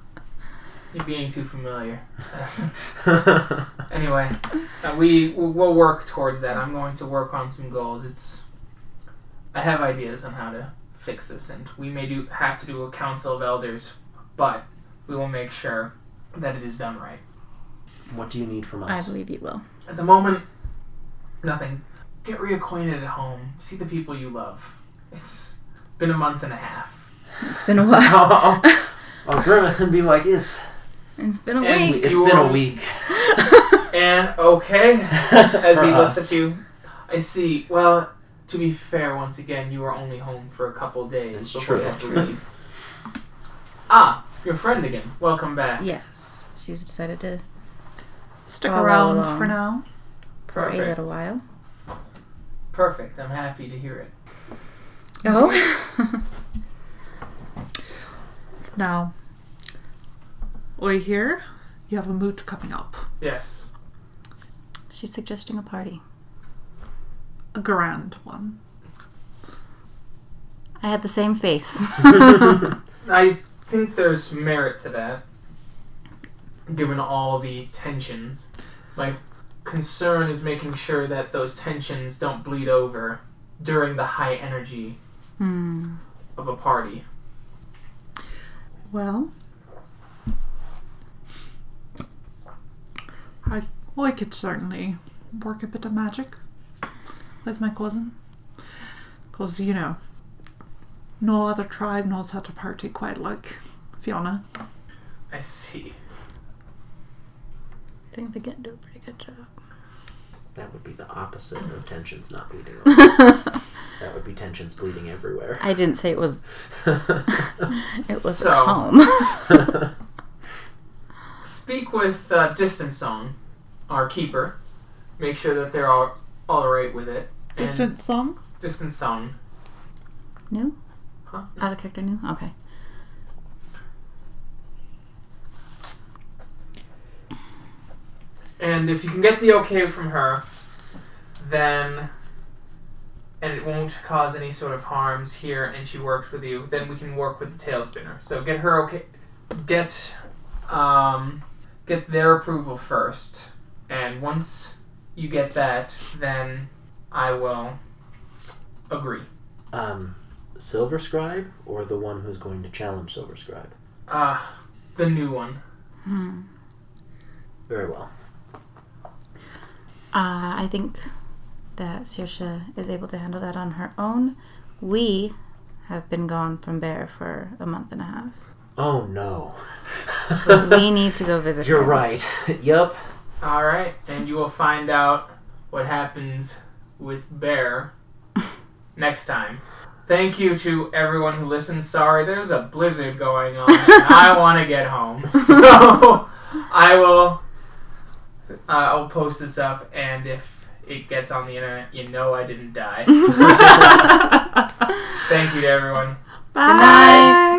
Speaker 1: you're being too familiar. Anyway, uh, we we'll work towards that. I'm going to work on some goals. It's I have ideas on how to fix this, and we may do have to do a council of elders, but we will make sure that it is done right.
Speaker 4: what do you need from
Speaker 2: I
Speaker 4: us?
Speaker 2: believe you will.
Speaker 1: At the moment, nothing. Get reacquainted at home. See the people you love. It's been a month and a half.
Speaker 2: It's been a while.
Speaker 4: oh, oh, oh, Grim would be like, it's
Speaker 2: It's been a
Speaker 1: And-
Speaker 2: week.
Speaker 4: it's
Speaker 1: You
Speaker 4: been
Speaker 1: are-
Speaker 4: a week.
Speaker 1: And okay, as
Speaker 4: For
Speaker 1: he looks
Speaker 4: us.
Speaker 1: at you, I see. Well, to be fair, once again, you were only home for a couple days
Speaker 4: It's
Speaker 1: before you
Speaker 4: true.
Speaker 1: had to leave. ah, your friend again. Welcome back.
Speaker 2: Yes, she's decided to
Speaker 3: Stick
Speaker 2: Follow
Speaker 3: around
Speaker 2: along.
Speaker 3: for now.
Speaker 2: for a
Speaker 1: Perfect.
Speaker 2: little while.
Speaker 1: Perfect. I'm happy to hear it.
Speaker 2: Oh,
Speaker 3: Now, we hear you have a moot coming up.
Speaker 1: Yes.
Speaker 2: she's suggesting a party.
Speaker 3: A grand one.
Speaker 2: I had the same face.
Speaker 1: I think there's merit to that, given all the tensions. My concern is making sure that those tensions don't bleed over during the high energy
Speaker 2: Hmm.
Speaker 1: of a party.
Speaker 3: Well, I, I could certainly work a bit of magic with my cousin. Because, you know, no other tribe knows how to party quite like Fiona.
Speaker 1: I see.
Speaker 2: I think they can do a pretty good job.
Speaker 4: That would be the opposite of tensions not bleeding. over. that would be tensions bleeding everywhere.
Speaker 2: I didn't say it was. it was
Speaker 1: So-
Speaker 2: a calm.
Speaker 1: Speak with uh, Distance Song, our keeper. Make sure that they're all, all right with it. And
Speaker 3: Distant song?
Speaker 1: Distance Song.
Speaker 2: new?
Speaker 1: Huh?
Speaker 2: Out of character? New? Okay.
Speaker 1: And if you can get the okay from her, then. And it won't cause any sort of harms here, and she works with you, then we can work with the tailspinner. So get her okay. Get. Um, get their approval first. And once you get that, then I will agree.
Speaker 4: Um, Silver Scribe or the one who's going to challenge Silver Scribe?
Speaker 1: Uh, the new one.
Speaker 2: Hmm.
Speaker 4: Very well.
Speaker 2: Uh, I think that Sirsha is able to handle that on her own. We have been gone from Bear for a month and a half.
Speaker 4: Oh no.
Speaker 2: we need to go visit.
Speaker 4: You're
Speaker 2: her.
Speaker 4: right. yup.
Speaker 1: All right, and you will find out what happens with Bear next time. Thank you to everyone who listens. Sorry, there's a blizzard going on, and I want to get home. So I will. Uh, I'll post this up, and if it gets on the internet, you know I didn't die. Thank you to everyone.
Speaker 3: Bye.
Speaker 2: night.